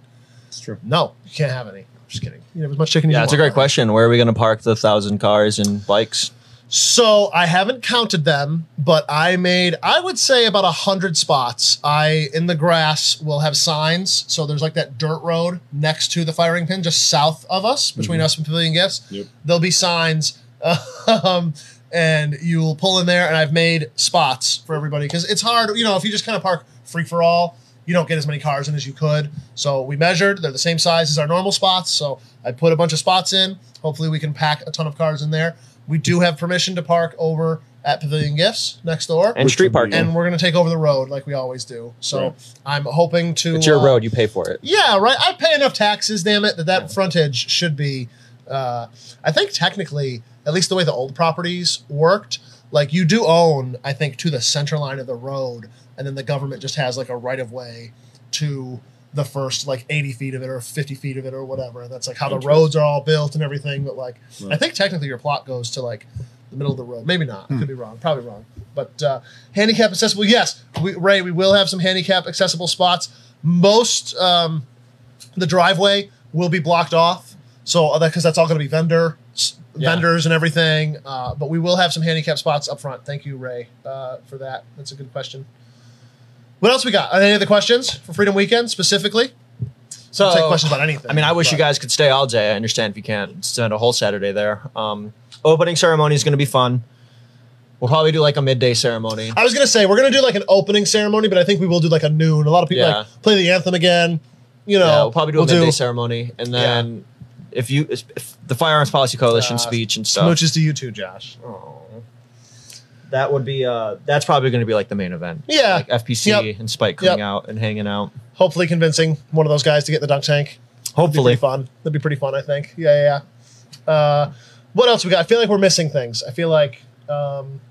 D: It's true.
B: No, you can't have any. I'm just kidding. You can have as much chicken as
C: Yeah,
B: you
C: it's a
B: want.
C: great question. Where are we going to park the thousand cars and bikes?
B: So I haven't counted them, but I made I would say about a hundred spots. I in the grass will have signs. So there's like that dirt road next to the firing pin, just south of us, between us and Pavilion Gifts.
A: Yep.
B: There'll be signs, um, and you'll pull in there. And I've made spots for everybody because it's hard. You know, if you just kind of park free for all, you don't get as many cars in as you could. So we measured; they're the same size as our normal spots. So I put a bunch of spots in. Hopefully, we can pack a ton of cars in there. We do have permission to park over at Pavilion Gifts next door,
C: And
A: Which
C: street
A: would be-
C: parking.
B: and we're gonna take over the road like we always do. So
A: Right.
B: I'm hoping to.
C: it's your
B: uh,
C: road. You pay for it.
B: yeah, right. I pay enough taxes, damn it, that that frontage should be. Uh, I think technically, at least the way the old properties worked, like you do own, I think, to the center line of the road, and then the government just has like a right of way to the first like 80 feet of it or 50 feet of it or whatever. That's like how the
A: Interesting.
B: roads are all built and everything. But like, I
A: Right. Hmm.
B: think technically your plot goes to like the middle of the road. Maybe not. Could be wrong. Probably wrong. But uh, handicap accessible. Yes, we, Ray. We will have some handicap accessible spots. Most um, the driveway will be blocked off. So because that's all going to be vendor s-
C: Yeah.
B: vendors and everything. Uh, but we will have some handicap spots up front. Thank you, Ray, uh, for that. That's a good question. What else we got? Any other questions for Freedom Weekend specifically?
C: So
B: I'll take questions about anything.
C: I mean, I wish you
B: but-
C: guys could stay all day. I understand if you can't spend a whole Saturday there. Um, opening ceremony is going to be fun. We'll probably do like a midday ceremony.
B: I was gonna say we're gonna do like an opening ceremony, but I think we will do like a noon. A lot of people
C: Yeah.
B: like play the anthem again. You know,
C: yeah, we'll probably do a
B: we'll
C: midday ceremony, and then if you if the firearms policy coalition
B: Uh,
C: speech and stuff.
B: smooches to you too, Josh.
C: Oh. That would be uh that's probably going to be like the main event.
B: Yeah.
C: Like FPC
B: Yep.
C: and Spike coming
B: Yep.
C: out and hanging out.
B: Hopefully, convincing one of those guys to get in the dunk tank.
C: Hopefully.
B: That'd be pretty fun. That'd be pretty fun, I think. Yeah, yeah. yeah. Uh, what else we got? I feel like we're missing things. I feel like um,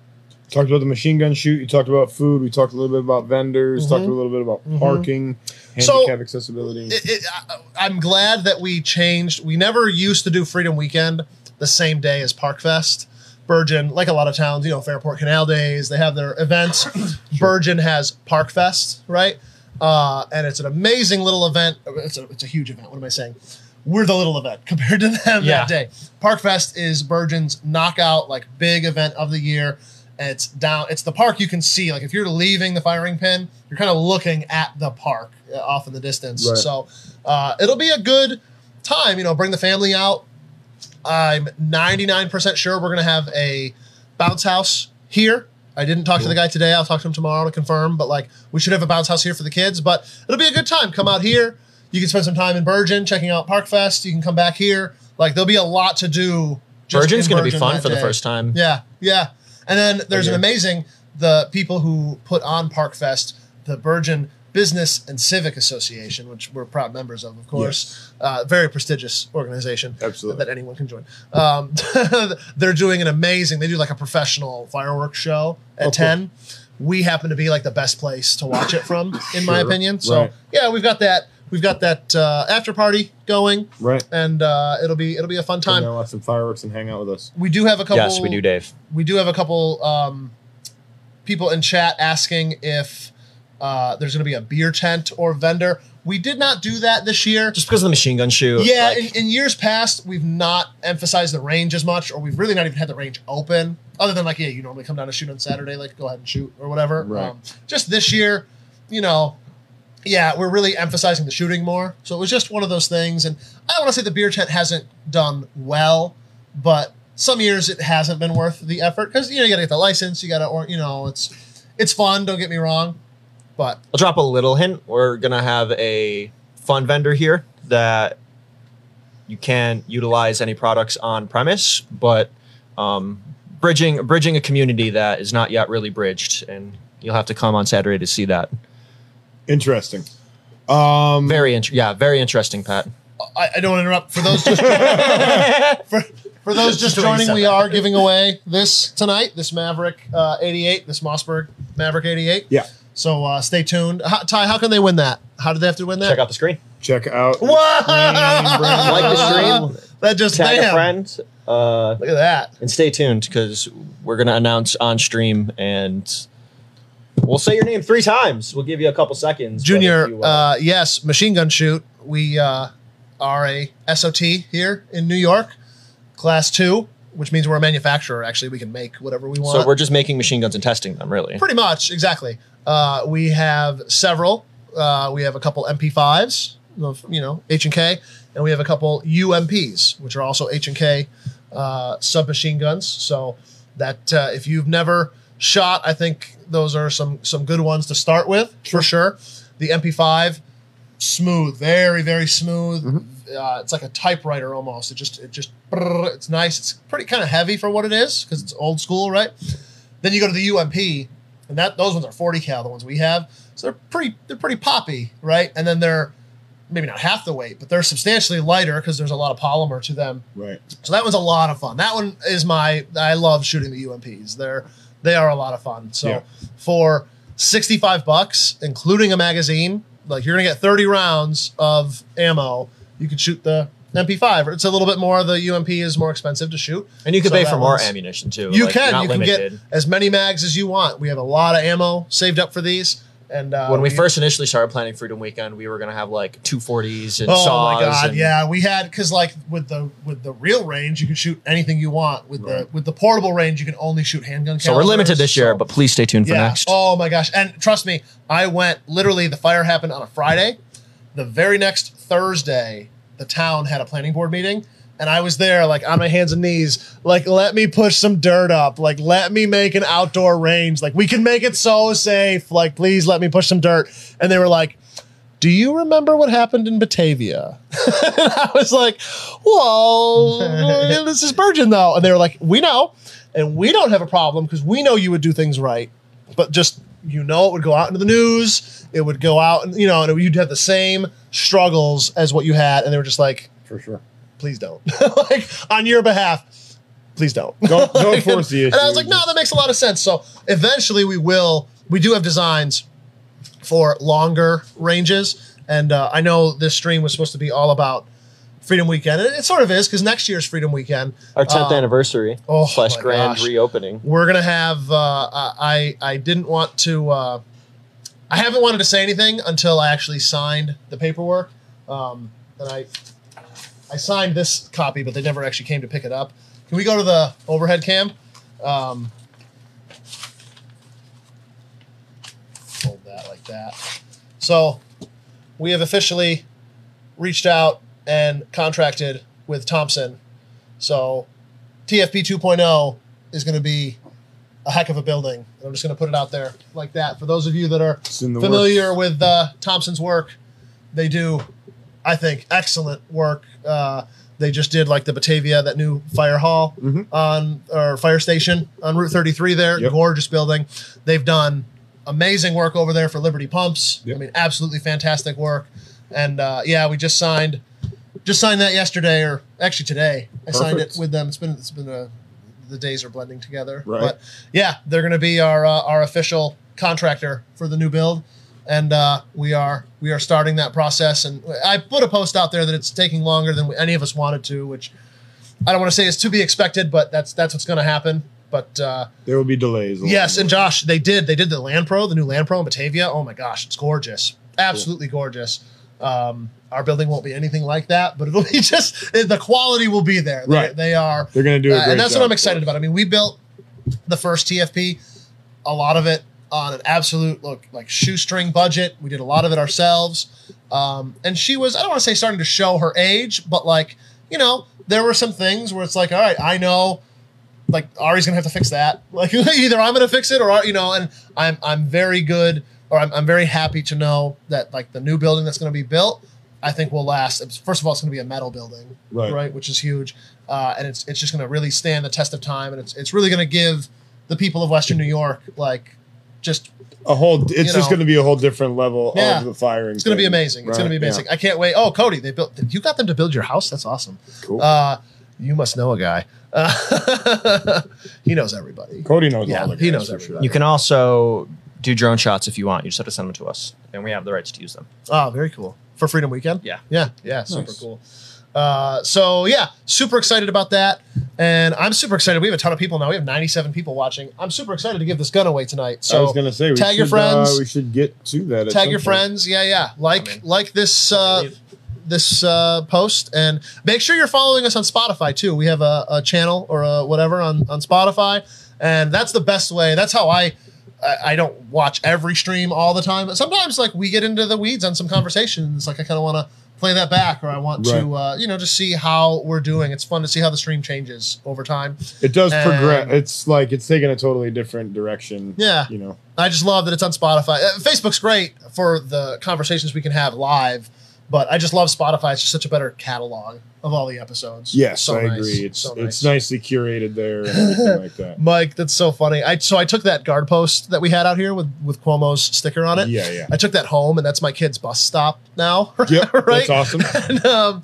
A: Talked about the machine gun shoot. You talked about food. We talked a little bit about vendors. Talked a little bit about parking,
B: Mm-hmm. So-
A: handicap accessibility.
B: it, it, I, I'm glad that we changed. We never used to do Freedom Weekend the same day as Parkfest. Bergen, like a lot of towns, you know, Fairport Canal Days, they have their events. Bergen has Parkfest, right? Uh, and it's an amazing little event. It's a, it's a huge event. What am I saying? We're the little event compared to them
C: Yeah.
B: that day. Parkfest is Bergen's knockout, like big event of the year. And it's down. It's the park you can see. Like if you're leaving the firing pin, you're kind of looking at the park uh, off in the distance.
A: Right.
B: So uh, it'll be a good time. You know, bring the family out. I'm 99% sure we're going to have a bounce house here. I didn't talk to the guy today. I'll talk to him tomorrow to confirm, but like we should have a bounce house here for the kids, but it'll be a good time. Come out here. You can spend some time in Bergen checking out Parkfest. You can come back here. Like there'll be a lot to do. just
C: Virgin's
B: in
C: going to be
B: Bergen
C: fun
B: that
C: for the
B: day.
C: first time.
B: Yeah, yeah. And then there's an
A: Okay.
B: amazing the people who put on Parkfest, the Bergen Business and Civic Association, which we're proud members of, of course. Uh, very prestigious organization.
A: Absolutely.
B: That anyone can join. Um, they're doing an amazing. They do like a professional fireworks show at
A: Oh, cool.
B: ten. We happen to be like the best place to watch it from, in my
A: Sure.
B: opinion. So
A: Right.
B: yeah, we've got that. We've got that uh, after party going,
A: right.
B: and uh, it'll be it'll be a fun
A: Come
B: time.
A: down, watch some fireworks, and hang out with us.
B: We do have a couple.
C: Yes, we do, Dave.
B: We do have a couple um, people in chat asking if uh, there's going to be a beer tent or vendor. We did not do that this year.
C: Just because of the machine gun shoot.
B: yeah,
C: like-
B: in, in years past, we've not emphasized the range as much, or we've really not even had the range open. Other than like, yeah, you normally come down to shoot on Saturday, like go ahead and shoot or whatever. Um,
A: Right.
B: just this year, you know, yeah, we're really emphasizing the shooting more. So it was just one of those things. And I want to say the beer tent hasn't done well, but some years it hasn't been worth the effort because you know you got to get the license, you got to, or you know, it's it's fun. Don't get me wrong, but
C: I'll drop a little hint. We're gonna have a fun vendor here that you can utilize any products on premise, but um, bridging bridging a community that is not yet really bridged, and you'll have to come on Saturday to see that.
A: Interesting. Um,
C: Very int- yeah, very interesting, Pat.
B: I, I don't want to interrupt. For those just for, for those just joining, we are giving away this tonight, this Maverick uh, 88, this Mossberg Maverick 88.
A: Yeah.
B: So uh, stay tuned. How, Ty, how can they win that? How did they have to win that?
C: Check out the screen.
A: Check out.
B: Whoa!
C: Like the stream.
B: That just
C: Tag
B: damn.
C: a friend. Uh,
B: Look at that.
C: and stay tuned because we're gonna announce on stream and We'll say your name three times. We'll give you a couple seconds. but if
B: Junior,
C: you,
B: uh, yes, machine gun shoot. We uh, are a SOT here in New York, class two, which means we're a manufacturer. Actually, we can make whatever we want.
C: so we're just making machine guns and testing them, really.
B: pretty much exactly. Uh, we have several. Uh, we have a couple MP5s, of, you know, H and K, and we have a couple UMPs, which are also H and K uh, submachine guns. So that uh, if you've never shot, I think those are some some good ones to start with for sure. The MP5, smooth, very very smooth. Uh, it's like a typewriter almost. It just it just brrr, it's nice. It's pretty kind of heavy for what it is because it's old school, right? Then you go to the UMP, and that those ones are 40 cal, the ones we have. So they're pretty they're pretty poppy, right? And then they're maybe not half the weight, but they're substantially lighter because there's a lot of polymer to them.
A: Right.
B: So that one's a lot of fun. That one is my I love shooting the UMPs. They're they are a lot of fun. So
A: Yeah.
B: for 65 bucks, including a magazine, like you're gonna get 30 rounds of ammo. You can shoot the MP5. It's a little bit more. The UMP is more expensive to shoot.
C: and you can
B: So
C: pay
B: that
C: for more
B: one's-
C: ammunition too.
B: You
C: like, you're
B: can.
C: not
B: You can
C: limited.
B: get as many mags as you want. We have a lot of ammo saved up for these. And uh,
C: when we first initially started planning Freedom Weekend, we were gonna have like two forties and
B: oh
C: saws.
B: my god,
C: and-
B: yeah, we had because like with the with the real range, you can shoot anything you want. With the
A: Right.
B: with the portable range, you can only shoot handgun.
C: So we're limited
B: calibers.
C: this year,
B: So-
C: but please stay tuned for
B: yeah.
C: next.
B: Oh my gosh! And trust me, I went literally. The fire happened on a Friday. The very next Thursday, the town had a planning board meeting, and I was there, like on my hands and knees, like let me push some dirt up, like let me make an outdoor range, like we can make it so safe, like please let me push some dirt. And they were like. Do you remember what happened in Batavia? and I was like, well, this is Virgin though. And they were like, we know. And we don't have a problem because we know you would do things right. But just, you know, it would go out into the news. It would go out, and you know, and you'd have the same struggles as what you had. And they were just like,
A: For sure.
B: please don't. like, on your behalf, please don't.
A: Don't, don't force the issue.
B: And I was like, no, that makes a lot of sense. So eventually we will, we do have designs for longer ranges. And uh, I know this stream was supposed to be all about Freedom Weekend. And it sort of is because next year's Freedom Weekend,
C: Our tenth
B: Uh,
C: anniversary
B: oh
C: slash
B: my
C: grand
B: gosh.
C: reopening.
B: we're going to have, uh, I, I I didn't want to, uh, I haven't wanted to say anything until I actually signed the paperwork. Um, and I, I signed this copy, but they never actually came to pick it up. Can we go to the overhead cam? Um, hold that like that. So we have officially reached out and contracted with Thompson. So TFP 2.0 is going to be a heck of a building. I'm just going to put it out there like that. For those of you that are
A: It's in the
B: familiar with uh, Thompson's work, they do, I think, excellent work. Uh, they just did like the Batavia, that new fire hall
A: Mhm.
B: on or fire station on Route 33 there,
A: Yep.
B: gorgeous building. They've done amazing work over there for Liberty Pumps.
A: Yep.
B: I mean, absolutely fantastic work. And uh, yeah, we just signed, just signed that yesterday or actually today. I signed it
A: Perfect.
B: with them. It's been it's been a the days are blending together.
A: Right.
B: But yeah, they're going to be our uh, our official contractor for the new build, and uh, we are we are starting that process. And I put a post out there that it's taking longer than any of us wanted to, which I don't want to say is to be expected, but that's that's what's going to happen. But uh,
A: There will be delays. along
B: yes,
A: the
B: and
A: way.
B: Josh, they did they did the Land Pro, the new Land Pro in Batavia. Oh my gosh, it's gorgeous, absolutely gorgeous. Um, our building won't be anything like that, but it'll be just the quality will be there. They-
A: Right.
B: they are
A: They're going to do a
B: uh,
A: great
B: and that's
A: job.
B: what I'm excited about. I mean, we built the first TFP, a lot of it on an absolute look like shoestring budget. We did a lot of it ourselves, um, and she was I don't want to say starting to show her age, but like you know, there were some things where it's like, all right, I know. Like Ari's gonna have to fix that. Like either I'm gonna fix it or Ari- you know, and I'm I'm very good or I'm, I'm very happy to know that like the new building that's gonna be built, I think will last. It's- First of all, it's gonna be a metal building,
A: Right.
B: right? Which is huge, uh, and it's it's just going to really stand the test of time, and it's it's really going to give the people of Western New York like just
A: A whole. It's
B: you
A: just
B: know.
A: going to be a whole different level
B: Yeah.
A: of the firing.
B: it's going to be
A: thing,
B: amazing. It's going to be
A: right?
B: amazing.
A: Yeah.
B: I can't wait. Oh, Cody, they built you got them to build your house. That's awesome.
A: Cool.
B: Uh, you must know a guy. Uh, he knows everybody.
A: Cody knows
B: yeah,
A: all the
B: he
A: guys,
B: knows
A: for
B: everybody.
A: sure.
C: You can also do drone shots if you want. You just have to send them to us, and we have the rights to use them.
B: Oh, very cool. For Freedom Weekend?
C: Yeah.
B: Yeah. Yeah. Super
A: Nice.
B: cool. Uh, so, yeah, super excited about that. And I'm super excited. We have a ton of people now. We have 97 people watching. I'm super excited to give this gun away tonight. So
A: I was gonna say we
B: tag your
A: should, uh,
B: friends.
A: we should get to that. at
B: tag
A: some
B: your
A: point.
B: friends. Yeah, yeah. Like
C: I'm in.
B: like this uh,
C: Leave.
B: this uh, post and make sure you're following us on Spotify too. We have a, a channel or a whatever on on Spotify, and that's the best way. That's how I. I- I don't watch every stream all the time. But sometimes, like we get into the weeds on some conversations. Like I kind of want to play that back, or I want to, uh, you know, just see how we're doing. It's fun to see how the stream changes over time.
A: It does progress.
B: And-
A: It's like it's taking a totally different direction.
B: Yeah.
A: you know.
B: I just love that it's on Spotify. Uh, Facebook's great for the conversations we can have live, but I just love Spotify. It's just such a better catalog of all the episodes.
A: Yes,
B: So
A: I
B: nice.
A: agree. It's
B: So
A: it's nicely curated there and everything like that.
B: Mike, that's so funny. I so I took that guard post that we had out here with with Cuomo's sticker on it.
A: Yeah, yeah.
B: I took that home, and that's my kid's bus stop now.
A: Yep,
B: right?
A: that's awesome.
B: and, um,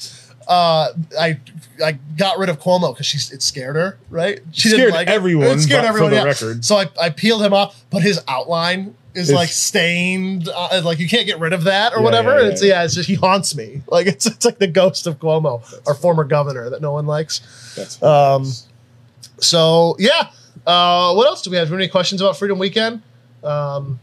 B: uh, I I got rid of Cuomo because she's it scared her, right? She
A: Scared
B: it.
A: everyone,
B: It scared
A: but
B: everyone.
A: for the
B: yeah.
A: record.
B: So I, I peeled him off, but his outline is
A: It's-
B: like stained. Uh, like you can't get rid of that or
A: Yeah,
B: whatever.
A: yeah, yeah,
B: it's yeah, it's just, he haunts me. Like it's it's like the ghost of Cuomo, our former governor that no one likes.
A: That's
B: Um, so yeah. Uh, what else do we have? Do we have any questions about Freedom Weekend? Um,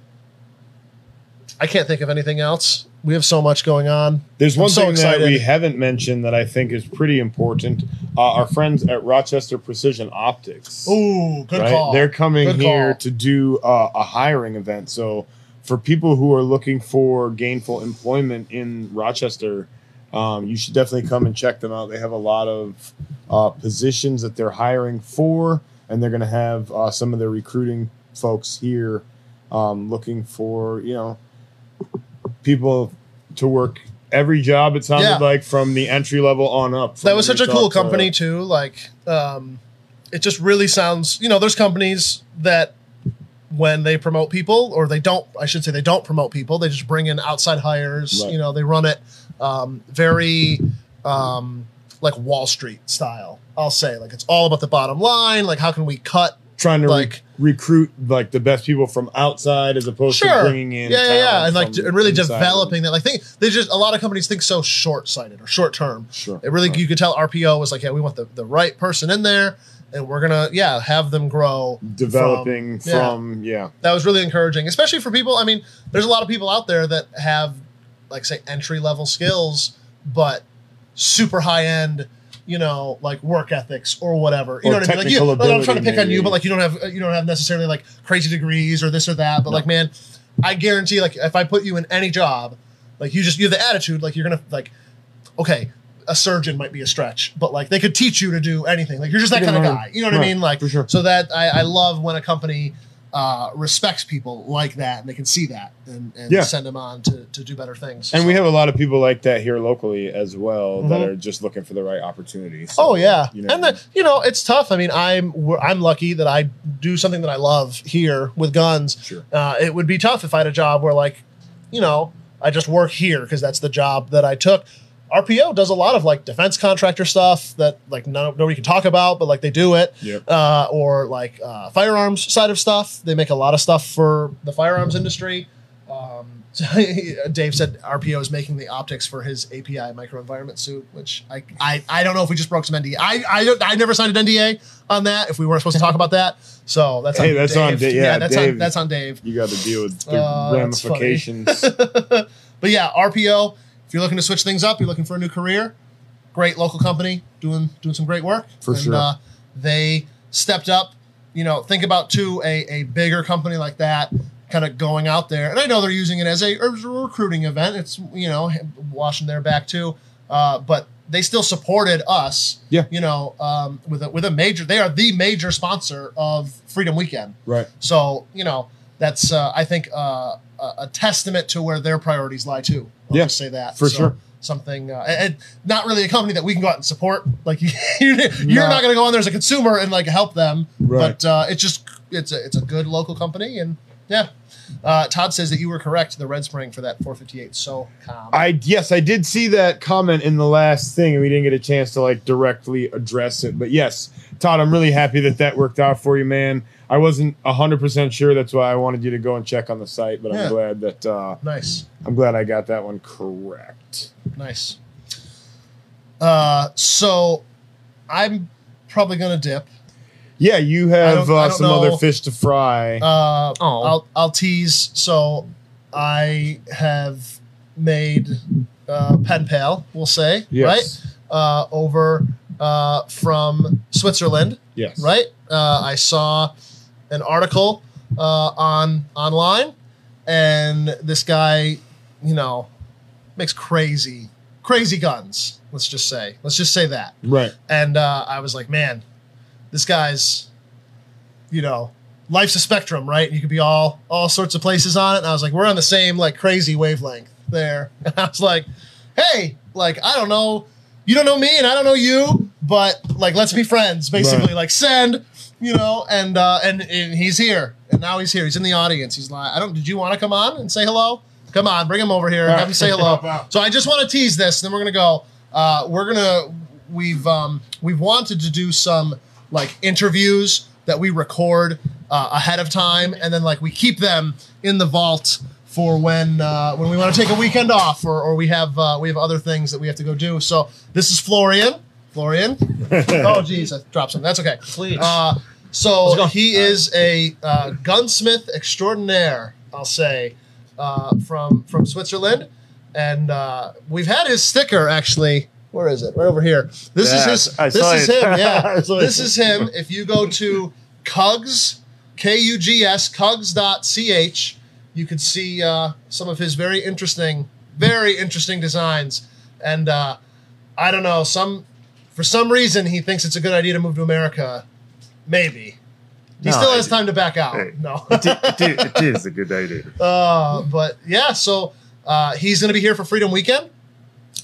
B: I can't think of anything else. We have so much going on.
A: There's one
B: I'm so
A: thing that we
B: excited.
A: haven't mentioned that I think is pretty important. Uh, our friends at Rochester Precision Optics.
B: Ooh, good
A: right?
B: call.
A: They're coming
B: Good
A: here
B: call.
A: to do uh, a hiring event. So for people who are looking for gainful employment in Rochester, um, you should definitely come and check them out. They have a lot of uh, positions that they're hiring for, and they're going to have uh, some of their recruiting folks here um, looking for you know people to work every job. It sounded
B: Yeah.
A: like from the entry level on up. from uh,
B: that was
A: when
B: such
A: we
B: a cool
A: talked to-
B: company too like um, it just really sounds you know there's companies that when they promote people or they don't i should say they don't promote people they just bring in outside hires
A: Right.
B: you know they run it um, very um, like wall street style i'll say like it's all about the bottom line like how can we cut
A: trying to re-
B: like-
A: recruit like the best people from outside as opposed to bringing in
B: yeah, yeah, yeah,
A: talent
B: and like
A: from
B: d- and really
A: inside.
B: developing that. Like, think they just a lot of companies think so short sighted or short term.
A: Sure.
B: it really
A: Right.
B: you could tell RPO was like, yeah, we want the the right person in there, and we're gonna yeah have them grow
A: developing
B: from- yeah.
A: from yeah.
B: that was really encouraging, especially for people. I mean, there's a lot of people out there that have, like, say, entry level skills, but super high end, you know, like work ethics or whatever. You
A: Or
B: know what I mean? Like, you,
A: technical
B: like, I'm trying to
A: ability,
B: pick on you,
A: maybe.
B: but like, you don't have you don't have necessarily like crazy degrees or this or that. But like, man, I guarantee, like, if I put you in any job, like, you just you have the attitude, like, you're gonna like, okay. A surgeon might be a stretch, but like they could teach you to do anything. Like you're just that
A: You
B: kind of
A: can learn.
B: guy. You know what I
A: Right,
B: mean? Like
A: for sure.
B: so that I, I love when a company uh, respects people like that and they can see that and, and
A: Yeah.
B: send them on to, to do better things.
A: And we
B: So-
A: have a lot of people like that here locally as well that
B: Mhm.
A: are just looking for the right opportunity. So,
B: Oh yeah,
A: you know,
B: and the, you know it's tough. I mean, I'm we're- I'm lucky that I do something that I love here with guns.
A: Sure.
B: Uh, it would be tough if I had a job where like, you know, I just work here because that's the job that I took. RPO does a lot of like defense contractor stuff that like no, nobody can talk about, but like they do it.
A: Yep.
B: Uh, or like uh, firearms side of stuff. They make a lot of stuff for the firearms industry. Um, so Dave said RPO is making the optics for his API microenvironment suit, which I, I, I don't know if we just broke some NDA. I, I, don't, I never signed an NDA on that if we weren't supposed to talk about that. So that's
A: Hey,
B: on
A: that's
B: Dave.
A: on Da- yeah,
B: that's on
A: Dave.
B: that's on Dave.
A: you got to deal with the
B: Oh, that's funny.
A: ramifications.
B: But yeah, RPO. If you're looking to switch things up, you're looking for a new career. Great local company doing doing some great work.
A: For sure.
B: Uh, they stepped up. You know, think about too a a bigger company like that kind of going out there, and I know they're using it as a, as a recruiting event. It's you know washing their back too, uh, but they still supported us.
A: Yeah.
B: You know, um, with a, with a major, they are the major sponsor of Freedom Weekend.
A: right.
B: So you know that's uh, I think uh, a a testament to where their priorities lie too. I'll
A: Yeah,
B: just say that
A: for
B: So,
A: sure.
B: Something uh, and not really a company that we can go out and support. Like you, you're not going to go on there as a consumer and like help them.
A: Right.
B: But uh, it's just it's a it's a good local company and yeah. Uh, Todd says that you were correct. The Red Spring for that 458 so calm.
A: I yes, I did see that comment in the last thing, and we didn't get a chance to like directly address it. But yes, Todd, I'm really happy that that worked out for you, man. I wasn't 100 percent sure. That's why I wanted you to go and check on the site. But
B: Yeah.
A: I'm glad that uh,
B: nice.
A: I'm glad I got that one correct.
B: Nice. Uh, so I'm probably gonna dip.
E: Yeah, you have
B: don't- I
E: uh,
B: don't
E: some other
B: know.
E: fish to fry.
B: Uh,
C: Oh.
B: I'll I'll tease. So I have made uh, pen pal. We'll say
E: yes.
B: right uh, over uh, from Switzerland.
E: Yes.
B: right? Uh, I saw an article uh, on online, and this guy, you know, makes crazy, crazy guns. Let's just say, let's just say that.
E: Right.
B: And uh, I was like, man, this guy's, you know, life's a spectrum, right? You could be all all sorts of places on it. And I was like, we're on the same like crazy wavelength there. And I was like, hey, like I don't know, you don't know me, and I don't know you, but like let's be friends, basically.
E: Right.
B: Like send, you know, and uh, and and he's here, and now he's here. He's in the audience. He's like, I don't. Did you want to come on and say hello? Come on, bring him over here.
E: All
B: Have him
E: right.
B: say hello.
E: Help out.
B: So I just want to tease this, and then we're gonna go. Uh, we're gonna we've um, we've wanted to do some like interviews that we record uh, ahead of time, and then like we keep them in the vault for when uh, when we want to take a weekend off, or, or we have uh, we have other things that we have to go do. So this is Florian. Florian. oh geez, I dropped some. That's okay.
C: Please.
B: Uh, so
C: Let's go.
B: he is a uh, gunsmith extraordinaire, I'll say, uh, from from Switzerland, and uh, we've had his sticker actually. Where is it? Right over here. This
E: Yeah,
B: is his.
E: I
B: this
E: saw
B: is
E: it.
B: him.
E: I
B: Yeah.
E: saw
B: this
E: it.
B: is him. If you go to Cugs, K U G S Cugs.ch, you could see uh, some of his very interesting, very interesting designs, and uh, I don't know some. For some reason, he thinks it's a good idea to move to America. Maybe. He
A: No,
B: still
A: I
B: has
A: do-
B: time to back out.
A: Hey.
B: No.
A: it, it, it is a good idea.
B: Uh, but yeah, so uh, he's going to be here for Freedom Weekend.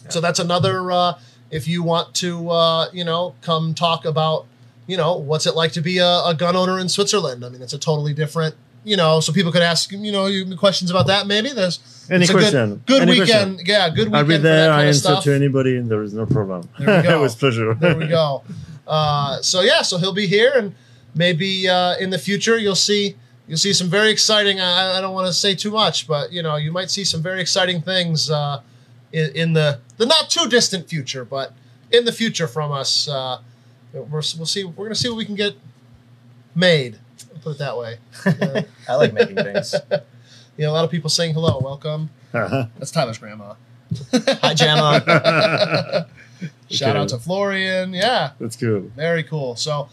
B: So that's another. Uh, if you want to, uh, you know, come talk about, you know, what's it like to be a, a gun owner in Switzerland? I mean, it's a totally different, you know. So people could ask, you know, you questions about that. Maybe there's
A: Any
B: it's a
A: question.
B: Good, good
A: Any
B: weekend. Yeah, good weekend.
A: I'll be
B: for that
A: there.
B: kind
A: I
B: of
A: answer
B: stuff.
A: to anybody, and there is no problem.
B: There we go.
A: it was pleasure.
B: There we go. Uh, so yeah, so he'll be here, and maybe uh, in the future you'll see you'll see some very exciting. I, I don't want to say too much, but you know you might see some very exciting things uh, in, in the the not too distant future, but in the future from us. Uh, we're, we'll see. We're gonna see what we can get made. Put it that way. Yeah.
D: I like making things.
B: you know, a lot of people saying hello, welcome. That's Tyler's grandma.
C: Hi, Gemma.
B: Shout
A: Okay.
B: out to Florian. Yeah.
A: That's cool.
B: Very cool. So,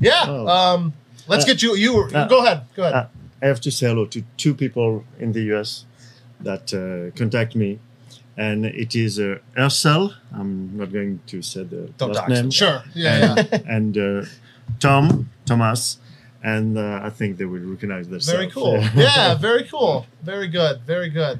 B: yeah.
A: Oh.
B: Um, let's get you. You
A: Uh,
B: go ahead. Go ahead.
A: uh, I have to say hello to two people in the US that uh, contact me, and it is uh, Ursel. I'm not going to say the
C: Don't
A: last
C: dox
A: name.
B: sure. Yeah. yeah.
A: And, and uh, Tom Thomas, and uh, I think they will recognize themselves.
B: very cool. Yeah. Very cool. Very good. Very good.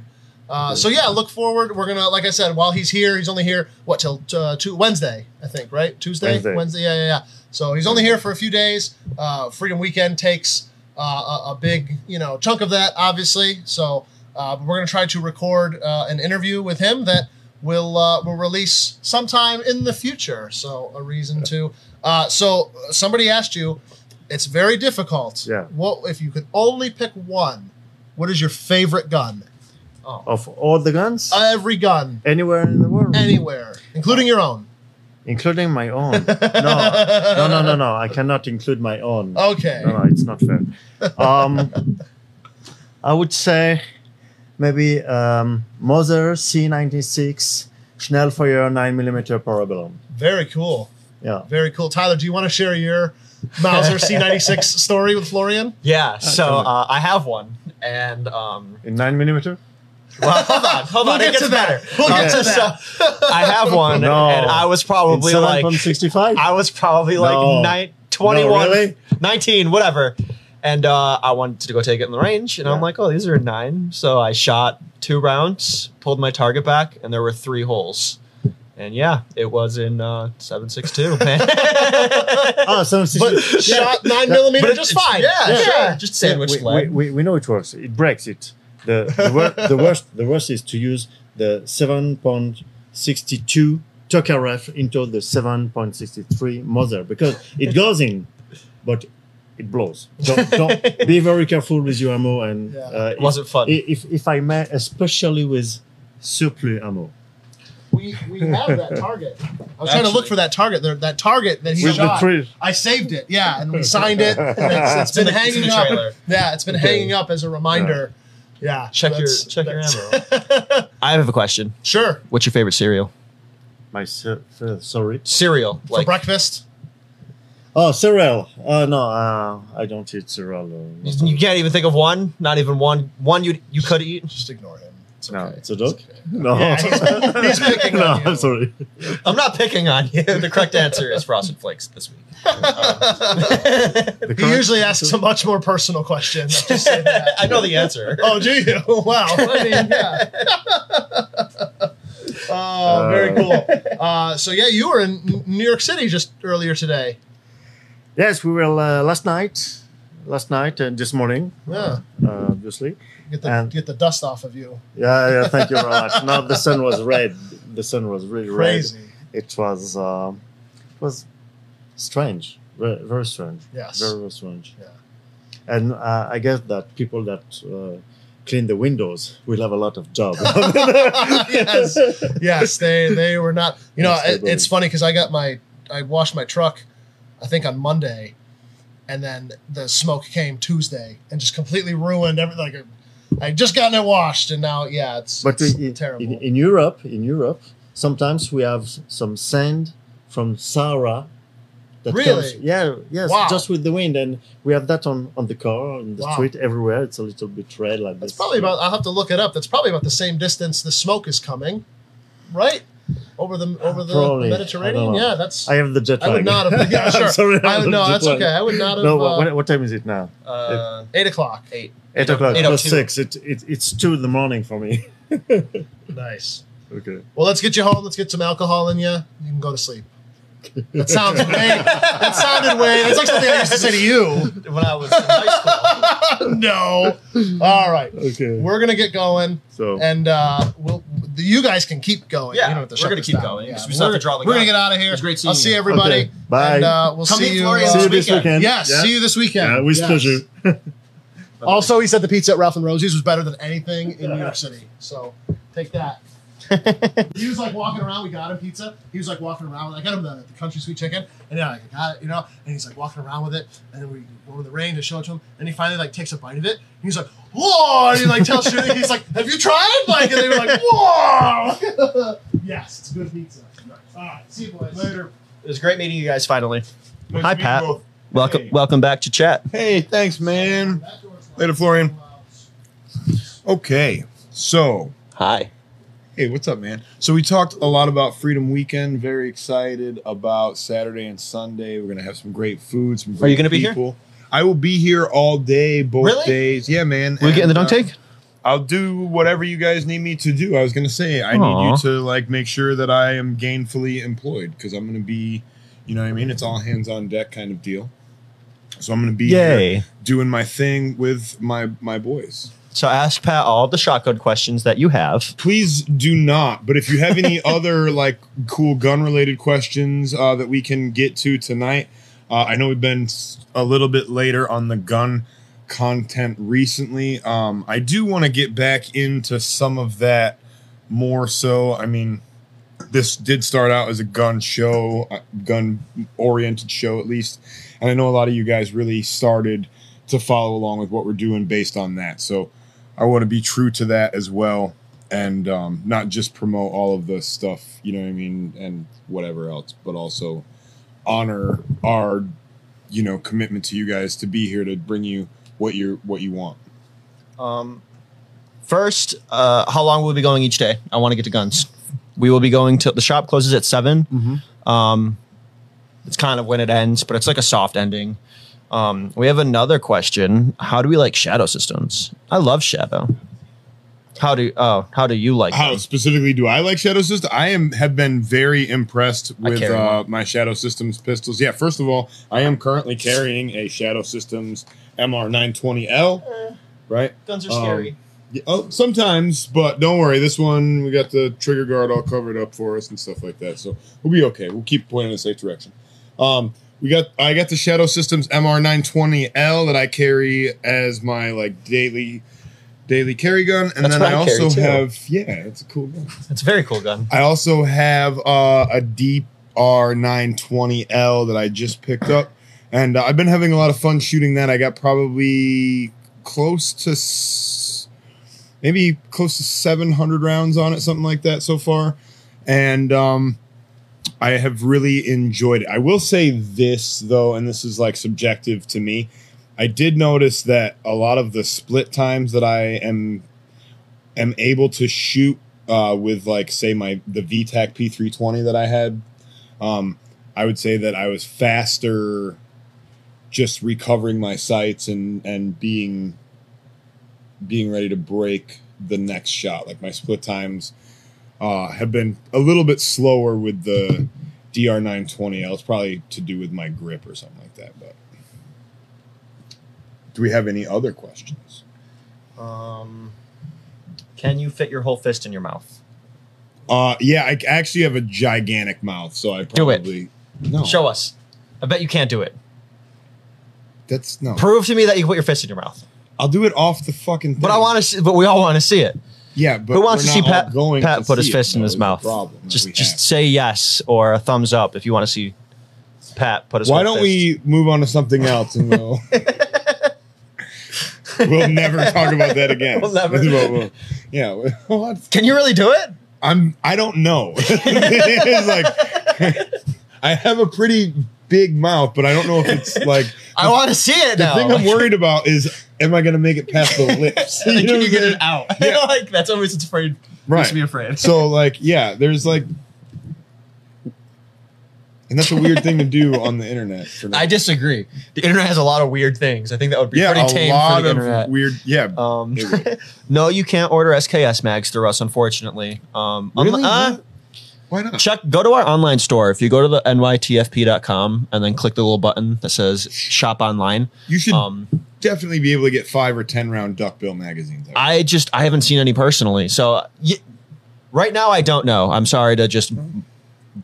B: Uh, so yeah, look forward. We're gonna, like I said, while he's here, he's only here what till uh, two Wednesday, I think, right? Tuesday,
A: Wednesday.
B: Yeah, yeah, yeah. So he's only here for a few days. Uh, Freedom Weekend takes uh, a, a big, you know, chunk of that, obviously. So uh, but we're gonna try to record uh, an interview with him that will uh, will release sometime in the future. So a reason to. Uh, so somebody asked you, it's very difficult.
A: Yeah.
B: What if you could only pick one? What is your favorite gun?
A: Of all the guns,
B: Every gun,
A: anywhere in the world,
B: anywhere, including your own.
A: including my own. No, no, no, no, no. I cannot include my own.
B: Okay.
A: No, no, it's not fair. Um, I would say maybe um, Moser C96 Schnellfeuer 9mm Parabellum.
B: Very cool.
A: Yeah.
B: Very cool. Tyler, do you want to share your Mauser C96 story with Florian?
C: yeah. So
A: come on.
C: uh, I have one, and um,
A: In 9mm?
C: well, hold on, hold
B: We'll
C: on.
B: get
C: it gets
B: to that.
C: better.
B: We'll get to
C: Um, so I have one,
A: No.
C: and I was
A: In
C: probably like
A: 7.65?
C: I was probably like
A: No.
C: nine, 21,
A: No, really?
C: 19, whatever. And uh, I wanted to go take it in the range. And I'm
A: Yeah.
C: like, oh, these are nine. So I shot two rounds, pulled my target back, and there were three holes. And yeah, it was in uh, 7.62, man.
A: Oh, 7.65.
B: Shot nine millimeter,
C: it-
B: just fine.
C: Yeah,
B: sure.
C: sure. Just sandwich
A: we,
C: lead.
A: we, we, we know it works. It breaks it. The, the, wor- the worst the worst is to use the 7.62 Tokarev into the 7.63 Moser because it goes in, but it blows. Don't, don't be very careful with your ammo and
B: Yeah.
A: uh,
C: It wasn't fun.
A: If, if if I may, especially with surplus ammo,
B: We we have that target. I was trying to look
C: Actually.
B: for that target. There, that target that he
F: With the
B: shot.
F: tree.
B: I saved it. Yeah, and we signed it. It's- it's
C: in
B: been
C: the- it's in
B: hanging
C: the trailer.
B: up. Yeah, it's been
F: Okay.
B: hanging up as a reminder. Yeah.
C: Check your-
B: that's-
C: check your
B: that's-
C: I have a question.
B: sure.
C: What's your favorite cereal?
F: My cer- uh, sorry.
C: Cereal,
B: for
C: like
B: breakfast.
F: Oh, cereal. Oh no, uh, I don't eat cereal. uh,
C: you, you can't even think of one. Not even one. One you you could eat.
B: Just ignore him. It's okay.
F: No, it's a dog.
B: okay.
F: No,
B: Yeah, he's- he's picking
F: no,
B: on you.
F: I'm sorry.
C: I'm not picking on you. The correct answer is Frosted Flakes this week.
F: The
B: He
F: current-
B: usually asks a much more personal question. I'll just say that.
C: I know the answer.
B: oh, do you? Wow. I mean, yeah. oh, very
F: Uh,
B: cool. Uh, so yeah, you were in N- New York City just earlier today.
F: Yes, we will uh, last night, last night and this morning,
B: Yeah,
F: uh, obviously.
B: get the
F: And-
B: get the dust off of you.
F: Yeah, yeah. Thank you very much. Now the sun was red. The sun was really
B: Crazy.
F: red. It was, um it was strange, very, very strange.
B: Yes.
F: very, very strange.
B: Yeah.
F: And uh, I guess that people that uh, clean the windows will have a lot of job.
B: yes. Yes. They they were not. You know,
F: Yes, they
B: it, it's
F: voted.
B: funny because I got my I washed my truck, I think on Monday, and then the smoke came Tuesday and just completely ruined everything. Like, I just gotten it washed and now yeah, it's,
F: But
B: it's
F: in,
B: terrible.
F: In, in Europe, in Europe, sometimes we have s- some sand from Sahara. That
B: Really?
F: Comes, yeah. Yes.
B: Wow.
F: Just with the wind, and we have that on on the car, on the
B: Wow.
F: street, everywhere. It's a little bit red like
B: That's
F: this.
B: probably about. I'll have to look it up. That's probably about the same distance the smoke is coming, right? Over the over the
F: Probably. I
B: Mediterranean.
F: don't know.
B: Yeah, that's.
F: I have the jet
B: I
F: lag.
B: would not have- yeah,
F: I'm
B: sure.
F: sorry, I
B: I would-
F: have
B: no,
F: the
B: that's
F: jet lag.
B: okay. I would not have.
F: No,
B: uh,
F: what, what time is it now?
C: Uh,
B: eight o'clock.
C: eight.
F: Eight o'clock.
C: eight
F: plus
C: oh two.
F: six. It, it, it's two in the morning for me.
B: Nice.
F: Okay.
B: Well, let's get you home. Let's get some alcohol in you. You can go to sleep. That sounds way. That sounded way. That's like something I used to say to you.
C: When I was in high school.
B: no. All right.
F: Okay.
B: We're gonna get going,
F: so
B: and uh, we'll. You guys can keep going.
C: Yeah,
B: you don't have to
C: we're
B: shut
C: gonna
B: this
C: keep
B: down.
C: going, 'cause we
B: we're
C: still have to draw the
B: we're gonna
C: gun.
B: get out of here.
C: It was great seeing
B: I'll see
C: you.
B: everybody.
F: Okay, bye.
B: And uh, we'll
C: Come
B: see
C: meet
B: you.
C: Florian
B: uh,
F: see you
C: this
F: this weekend.
B: Yes,
F: Yeah?
B: see you this weekend.
F: Yeah, with
B: Yes.
F: pleasure.
B: Also, he said the pizza at Ralph and Rosie's was better than anything in New York City. So take that. he was like walking around. We got him pizza. He was like walking around. With, I got him the, the country sweet chicken, and yeah, I got it, you know. And he's like walking around with it, and then we go in the rain to show it to him. And he finally like takes a bite of it. And he's like, "Whoa!" And he like tells Shuri, he's like, "Have you tried?" Like, and they were like, "Whoa!" yes, it's good pizza. All right, see you boys later.
C: It was great meeting you guys finally.
A: Nice
C: Hi,
A: to meet
C: Pat.
A: you both.
C: Welcome,
A: Hey.
C: welcome back to chat.
A: Hey, thanks, man.
B: That door's locked.
A: Later, Florian. Okay, so
C: Hi.
A: Hey, what's up, man? So we talked a lot about Freedom Weekend. Very excited about Saturday and Sunday. We're gonna have some great food. Some great
C: you gonna be here?
A: people. I will be here all day, both
C: Really?
A: days. Yeah, man.
C: We
A: And,
C: getting the dunk
A: uh,
C: tank?
A: I'll do whatever you guys need me to do. I was gonna say I need
C: Aw.
A: you to like make sure that I am gainfully employed because I'm gonna be, you know, what I mean, it's all hands on deck kind of deal. So I'm gonna be here doing my thing with my my boys.
C: So ask Pat all the shotgun questions that you have.
A: please do not but if you have any other like cool gun related questions uh, that we can get to tonight uh, i know we've been s- a little bit later on the gun content recently um, i do want to get back into some of that more so i mean this did start out as a gun show uh, gun oriented show at least and i know a lot of you guys really started to follow along with what we're doing based on that so i want to be true to that as well and um, not just promote all of the stuff, you know what I mean, and whatever else, but also honor our, you know, commitment to you guys to be here to bring you what you what you want.
C: Um, first, uh, how long will we be going each day? I want to get to guns. We will be going till the shop closes at 7
A: Mm-hmm.
C: Um, it's kind of when it ends, but it's like a soft ending. Um, we have another question. How do we like shadow systems? I love shadow. How do oh how do you like
A: How
C: them?
A: specifically do I like Shadow System? I am have been very impressed with
C: carry
A: uh, my Shadow Systems pistols. Yeah, first of all, I am currently carrying a Shadow Systems MR920L. Right?
C: Guns
A: are scary. Yeah, oh, sometimes, but don't worry. This one, we got the trigger guard all covered up for us and stuff like that. So we'll be okay. We'll keep pointing in the safe direction. Um, we got I got the Shadow Systems MR920L that I carry as my like daily daily carry gun, and
C: That's
A: then
C: what
A: I
C: I carry,
A: also
C: too.
A: have yeah, it's a cool gun.
C: It's a very cool gun.
A: I also have uh, a DR920L that I just picked up, and uh, I've been having a lot of fun shooting that. I got probably close to s- maybe close to 700 rounds on it, something like that so far, and um, I have really enjoyed it. I will say this though, and this is like subjective to me. I did notice that a lot of the split times that I am am able to shoot uh, with like say my the E VTAC P320 that I had, um, I would say that I was faster just recovering my sights and and being being ready to break the next shot. Like my split times uh, have been a little bit slower with the DR920L. It's probably to do with my grip or something like that. But do we have any other questions?
C: Um, can you fit your whole fist in your mouth?
A: Uh, yeah, I actually have a gigantic mouth, so I
C: Do it.
A: probably no.
C: Show us. I bet you can't do it.
A: That's no.
C: Prove to me that you can put your fist in your mouth.
A: I'll do it off the fucking. Thing.
C: But I want to. See, but we all want to see it.
A: Yeah, but
C: Who wants
A: we're
C: to see
A: not all
C: Pat,
A: Going
C: Pat
A: to
C: put his
A: see it,
C: fist in
A: though,
C: his
A: is the
C: mouth?
A: problem that we
C: Just
A: have.
C: just say yes or a thumbs up if you want to see Pat put his.
A: Why
C: whole
A: don't we
C: fist.
A: move on to something else and we'll we'll never talk about that again.
C: We'll never.
A: That's what we'll- yeah, well,
C: Can you really do it?
A: I'm. I don't know. it's like I have a pretty big mouth, but I don't know if it's like
C: I want to see it
A: the
C: now.
A: thing I'm worried about is am I going to make it past the lips?
C: Like,
A: know
C: can
A: what
C: you
A: I'm
C: get
A: saying?
C: it out?
A: Yeah.
C: You know, like that's always it's afraid. Makes
A: Right.
C: me afraid.
A: so like yeah there's like and that's a weird thing to do on the internet for now.
C: I disagree. The internet has a lot of weird things. I think that would be
A: yeah
C: pretty
A: a
C: tame
A: lot
C: for the
A: of
C: internet.
A: weird yeah
C: Um,
A: It would.
C: no, you can't order SKS mags through us, unfortunately. Um, unle-
A: Really?
C: uh,
A: why not
C: check, go to our online store. If you go to the nytfp.com and then click the little button that says shop online,
A: you should
C: um,
A: definitely be able to get five or ten round duckbill magazines out.
C: I just, I haven't seen any personally. So uh, y- right now, I don't know. I'm sorry to just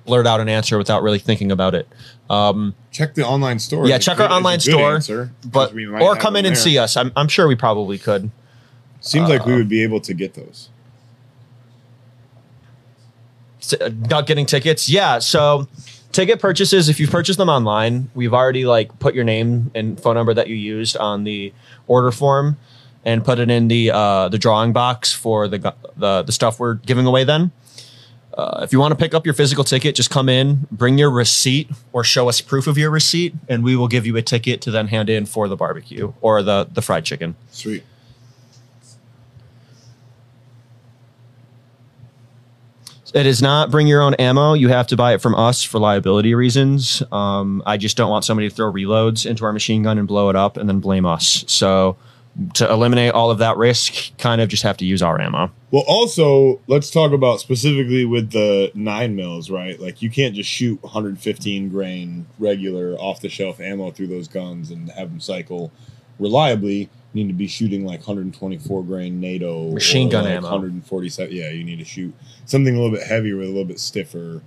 C: blurt out an answer without really thinking about it. Um,
A: check the online store
C: Yeah,
A: It's a
C: check our
A: good- it's a
C: online
A: good
C: store,
A: answer, 'cause
C: but,
A: we might
C: or
A: have
C: come in
A: them
C: and
A: there.
C: see uh, us. I'm, I'm sure we probably could.
A: seems like we would be able to get those
C: s- uh, not getting tickets. Yeah, so ticket purchases if you've purchased them online, we've already like put your name and phone number that you used on the order form and put it in the uh, the drawing box for the gu- the the stuff we're giving away then. Uh, if you want to pick up your physical ticket, just come in, bring your receipt or show us proof of your receipt, and we will give you a ticket to then hand in for the barbecue or the the fried chicken.
A: sweet
C: It is not bring your own ammo. You have to buy it from us for liability reasons. Um, I just don't want somebody to throw reloads into our machine gun and blow it up and then blame us. So to eliminate all of that risk, kind of just have to use our ammo.
A: well also let's talk about specifically with the nine mils right like you can't just shoot 115 grain regular off the shelf ammo through those guns and have them cycle reliably you need to be shooting like 124 grain NATO or
C: Machine gun
A: like
C: ammo.
A: 147. Yeah, you need to shoot something a little bit heavier with a little bit stiffer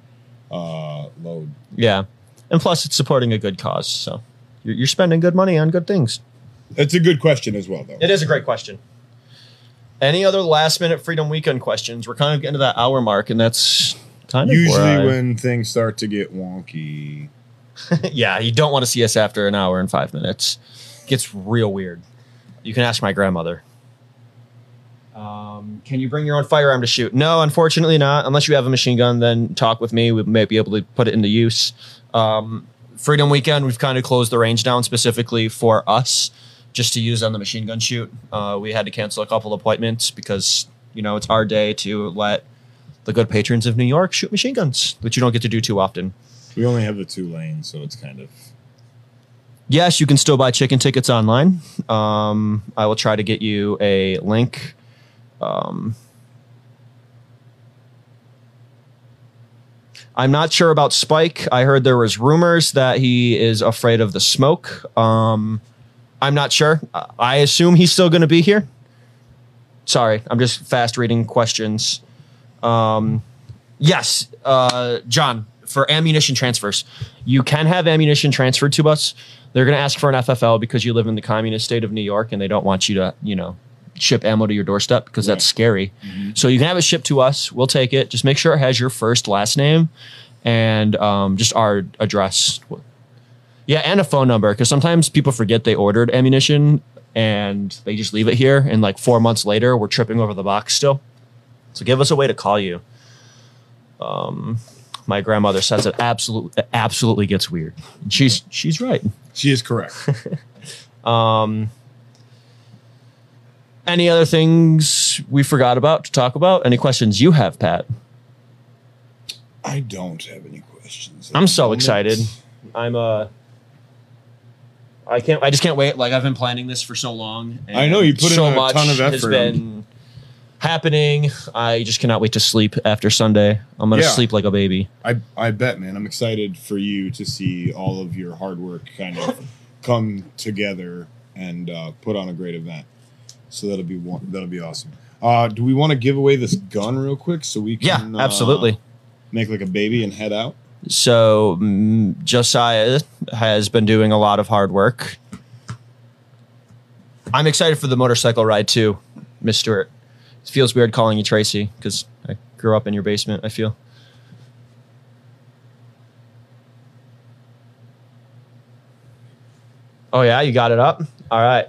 A: uh, load.
C: Yeah, and plus it's supporting a good cause. So you're, you're spending good money on good things.
A: It's a good question as well, though.
C: It is a great question. Any other last minute Freedom Weekend questions? We're kind of getting to that hour mark, and that's kind of
A: Usually,
C: where I-
A: when things start to get wonky,
C: yeah, you don't want to see us after an hour and five minutes. Gets real weird. You can ask my grandmother. Um, can you bring your own firearm to shoot? No, unfortunately not. Unless you have a machine gun, then talk with me. We may be able to put it into use. Um, Freedom Weekend, we've kind of closed the range down specifically for us, just to use on the machine gun shoot. Uh, we had to cancel a couple appointments because you know it's our day to let the good patrons of New York shoot machine guns, which you don't get to do too often.
A: we only have the two lanes, so it's kind of
C: yes, you can still buy chicken tickets online. Um, I will try to get you a link. Um, I'm not sure about Spike. I heard there was rumors that he is afraid of the smoke. Um, I'm not sure. I- I assume he's still going to be here. Sorry, I'm just fast reading questions. Um, Yes, uh, John, for ammunition transfers, you can have ammunition transferred to us. They're going to ask for an FFL because you live in the communist state of New York and they don't want you to, you know, ship ammo to your doorstep because that's scary. So you can have it shipped to us. We'll take it. Just make sure it has your first last name and um, just our address. Yeah, and a phone number because sometimes people forget they ordered ammunition and they just leave it here. And like four months later, we're tripping over the box still. So give us a way to call you. Um, my grandmother says it absolutely it absolutely gets weird. And She's she's right.
A: She is correct.
C: Any other things we forgot about to talk about? Any questions you have, Pat?
A: I don't have any questions. at
C: I'm
A: the
C: so
A: moment.
C: excited. I'm uh I can't I just can't wait. Like I've been planning this for so long. and
A: I know, you put in
C: so
A: a
C: much
A: ton of
C: Has
A: effort.
C: been happening. I just cannot wait to sleep after Sunday. I'm gonna
A: Yeah.
C: sleep like a baby.
A: I, I bet, man. I'm excited for you to see all of your hard work kind of come together and uh, put on a great event. So that'll be one, that'll be awesome. Uh, do we want to give away this gun real quick so we
C: Yeah,
A: can uh,
C: absolutely.
A: make like a baby and head out?
C: So mm, Josiah has been doing a lot of hard work. I'm excited for the motorcycle ride too, Miss Stewart. It feels weird calling you Tracy because I grew up in your basement. I feel. Oh yeah, you got it up. All right.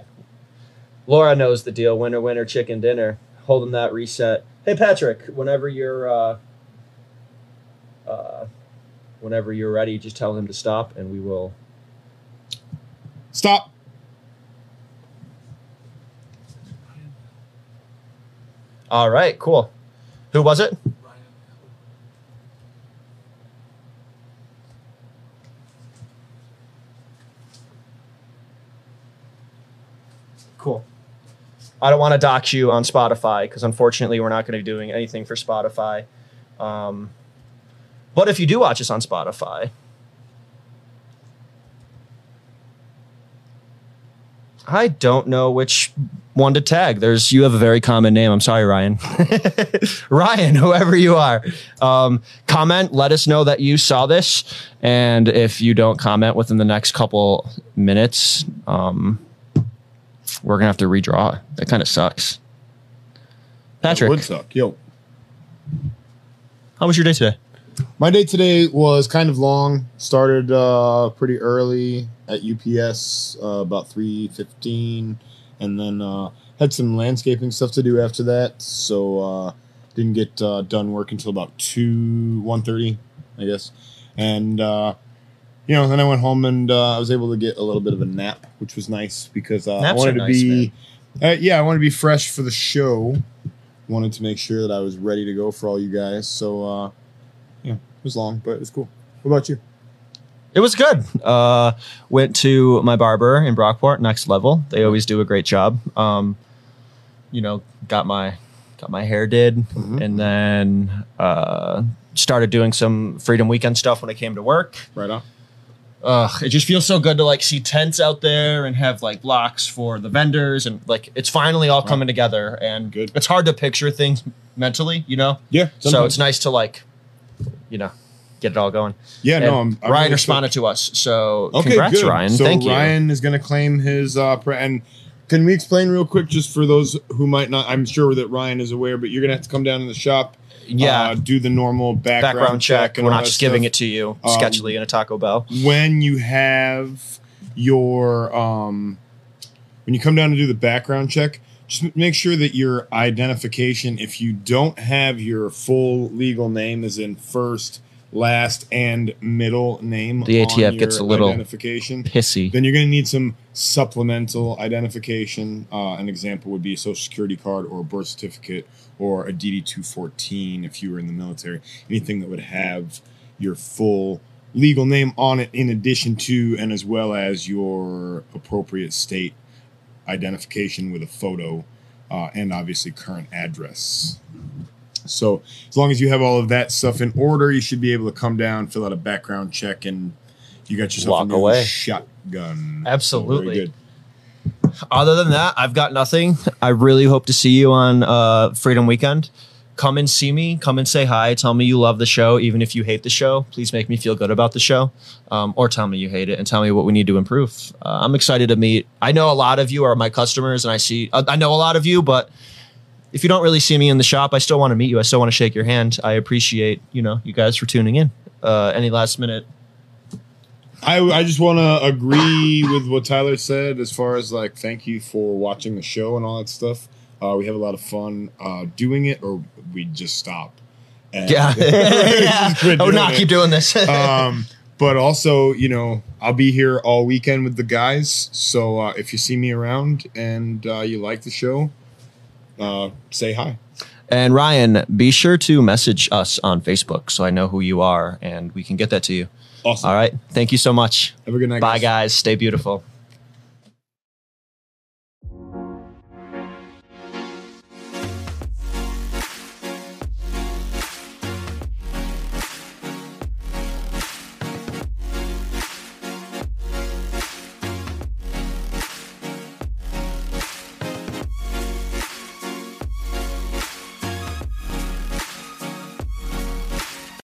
C: Laura knows the deal. Winner, winner, chicken dinner. Hold him that reset. Hey Patrick, whenever you're. Uh, uh, whenever you're ready, just tell him to stop and we will.
A: Stop.
C: All right, cool. Who was it? Cool. I don't want to dox you on Spotify because unfortunately we're not going to be doing anything for Spotify. Um, but if you do watch us on Spotify, I don't know which one to tag. There's you have a very common name. I'm sorry, Ryan. Ryan, whoever you are, um, comment. Let us know that you saw this, and if you don't comment within the next couple minutes, um, we're gonna have to redraw. That kind of sucks. Patrick,
A: Would suck. Yo.
C: how was your day today?
A: My day today was kind of long. Started uh, pretty early at UPS, uh, about three fifteen, and then uh, had some landscaping stuff to do after that. So uh, didn't get uh, done work until about two one thirty, I guess. And uh, you know, then I went home and uh, I was able to get a little bit of a nap, which was nice because uh, I
C: Naps are
A: wanted to
C: nice,
A: be, uh, yeah, I wanted to be fresh for the show. Wanted to make sure that I was ready to go for all you guys. So. Uh, it was long, but it was cool. What about you?
C: It was good. Uh, went to my barber in Brockport, next level. They always do a great job. Um, you know, got my got my hair did,
A: Mm-hmm.
C: and then uh, started doing some Freedom Weekend stuff when I came to work.
A: Right on.
C: Ugh, it just feels so good to like see tents out there and have like blocks for the vendors, and like it's finally all coming together. And
A: Good.
C: it's hard to picture things mentally, you know.
A: Yeah.
C: So it's nice to like, you know, get it all going.
A: yeah.
C: And
A: No, I'm, I'm
C: Ryan
A: really
C: responded to us, so
A: stoked. Okay,
C: congrats,
A: good.
C: Ryan.
A: So
C: Thank you.
A: Ryan is going to claim his uh, pre- and can we explain real quick just for those who might not? I'm sure that Ryan is aware, but you're going to have to come down to the shop.
C: yeah,
A: Uh, do the normal background,
C: background, check.
A: and
C: We're
A: all
C: not
A: that
C: just giving
A: stuff.
C: it to you
A: Um,
C: sketchily in a Taco Bell.
A: when you have your um when you come down to do the background check just m- make sure that your identification if you don't have your full legal name as in first last and middle name
C: The
A: on
C: ATF gets
A: your
C: a little-
A: identification
C: Pissy.
A: then you're going to need some supplemental identification uh, an example would be a social security card or a birth certificate or a dd214 if you were in the military anything that would have your full legal name on it in addition to and as well as your appropriate state identification with a photo uh, and obviously current address so as long as you have all of that stuff in order you should be able to come down fill out a background check and you got yourself
C: Walk
A: a new
C: away.
A: shotgun
C: Absolutely.
A: Very good.
C: Other than that, I've got nothing. I really hope to see you on uh, Freedom Weekend. come and see me, come and say hi, tell me you love the show, even if you hate the show. Please make me feel good about the show, um, or tell me you hate it and tell me what we need to improve. Uh, I'm excited to meet. I know a lot of you are my customers, and I see uh, I I know a lot of you, but if you don't really see me in the shop, I still want to meet you. I still want to shake your hand. I appreciate you know you guys for tuning in. Uh, any last minute?
A: I, I just want to agree with what Tyler said as far as like thank you for watching the show and all that stuff. Uh, we have a lot of fun uh, doing it, or we just stop. And
C: Yeah. yeah.
A: Just quit
C: Oh,
A: doing
C: no,
A: it.
C: keep doing this.
A: um, but also, you know, I'll be here all weekend with the guys. So uh, if you see me around and uh, you like the show, uh, say hi.
C: And Ryan, be sure to message us on Facebook so I know who you are and we can get that to you.
A: Awesome.
C: All right. Thank you so much.
A: Have a good night.
C: Bye, guys. Stay beautiful.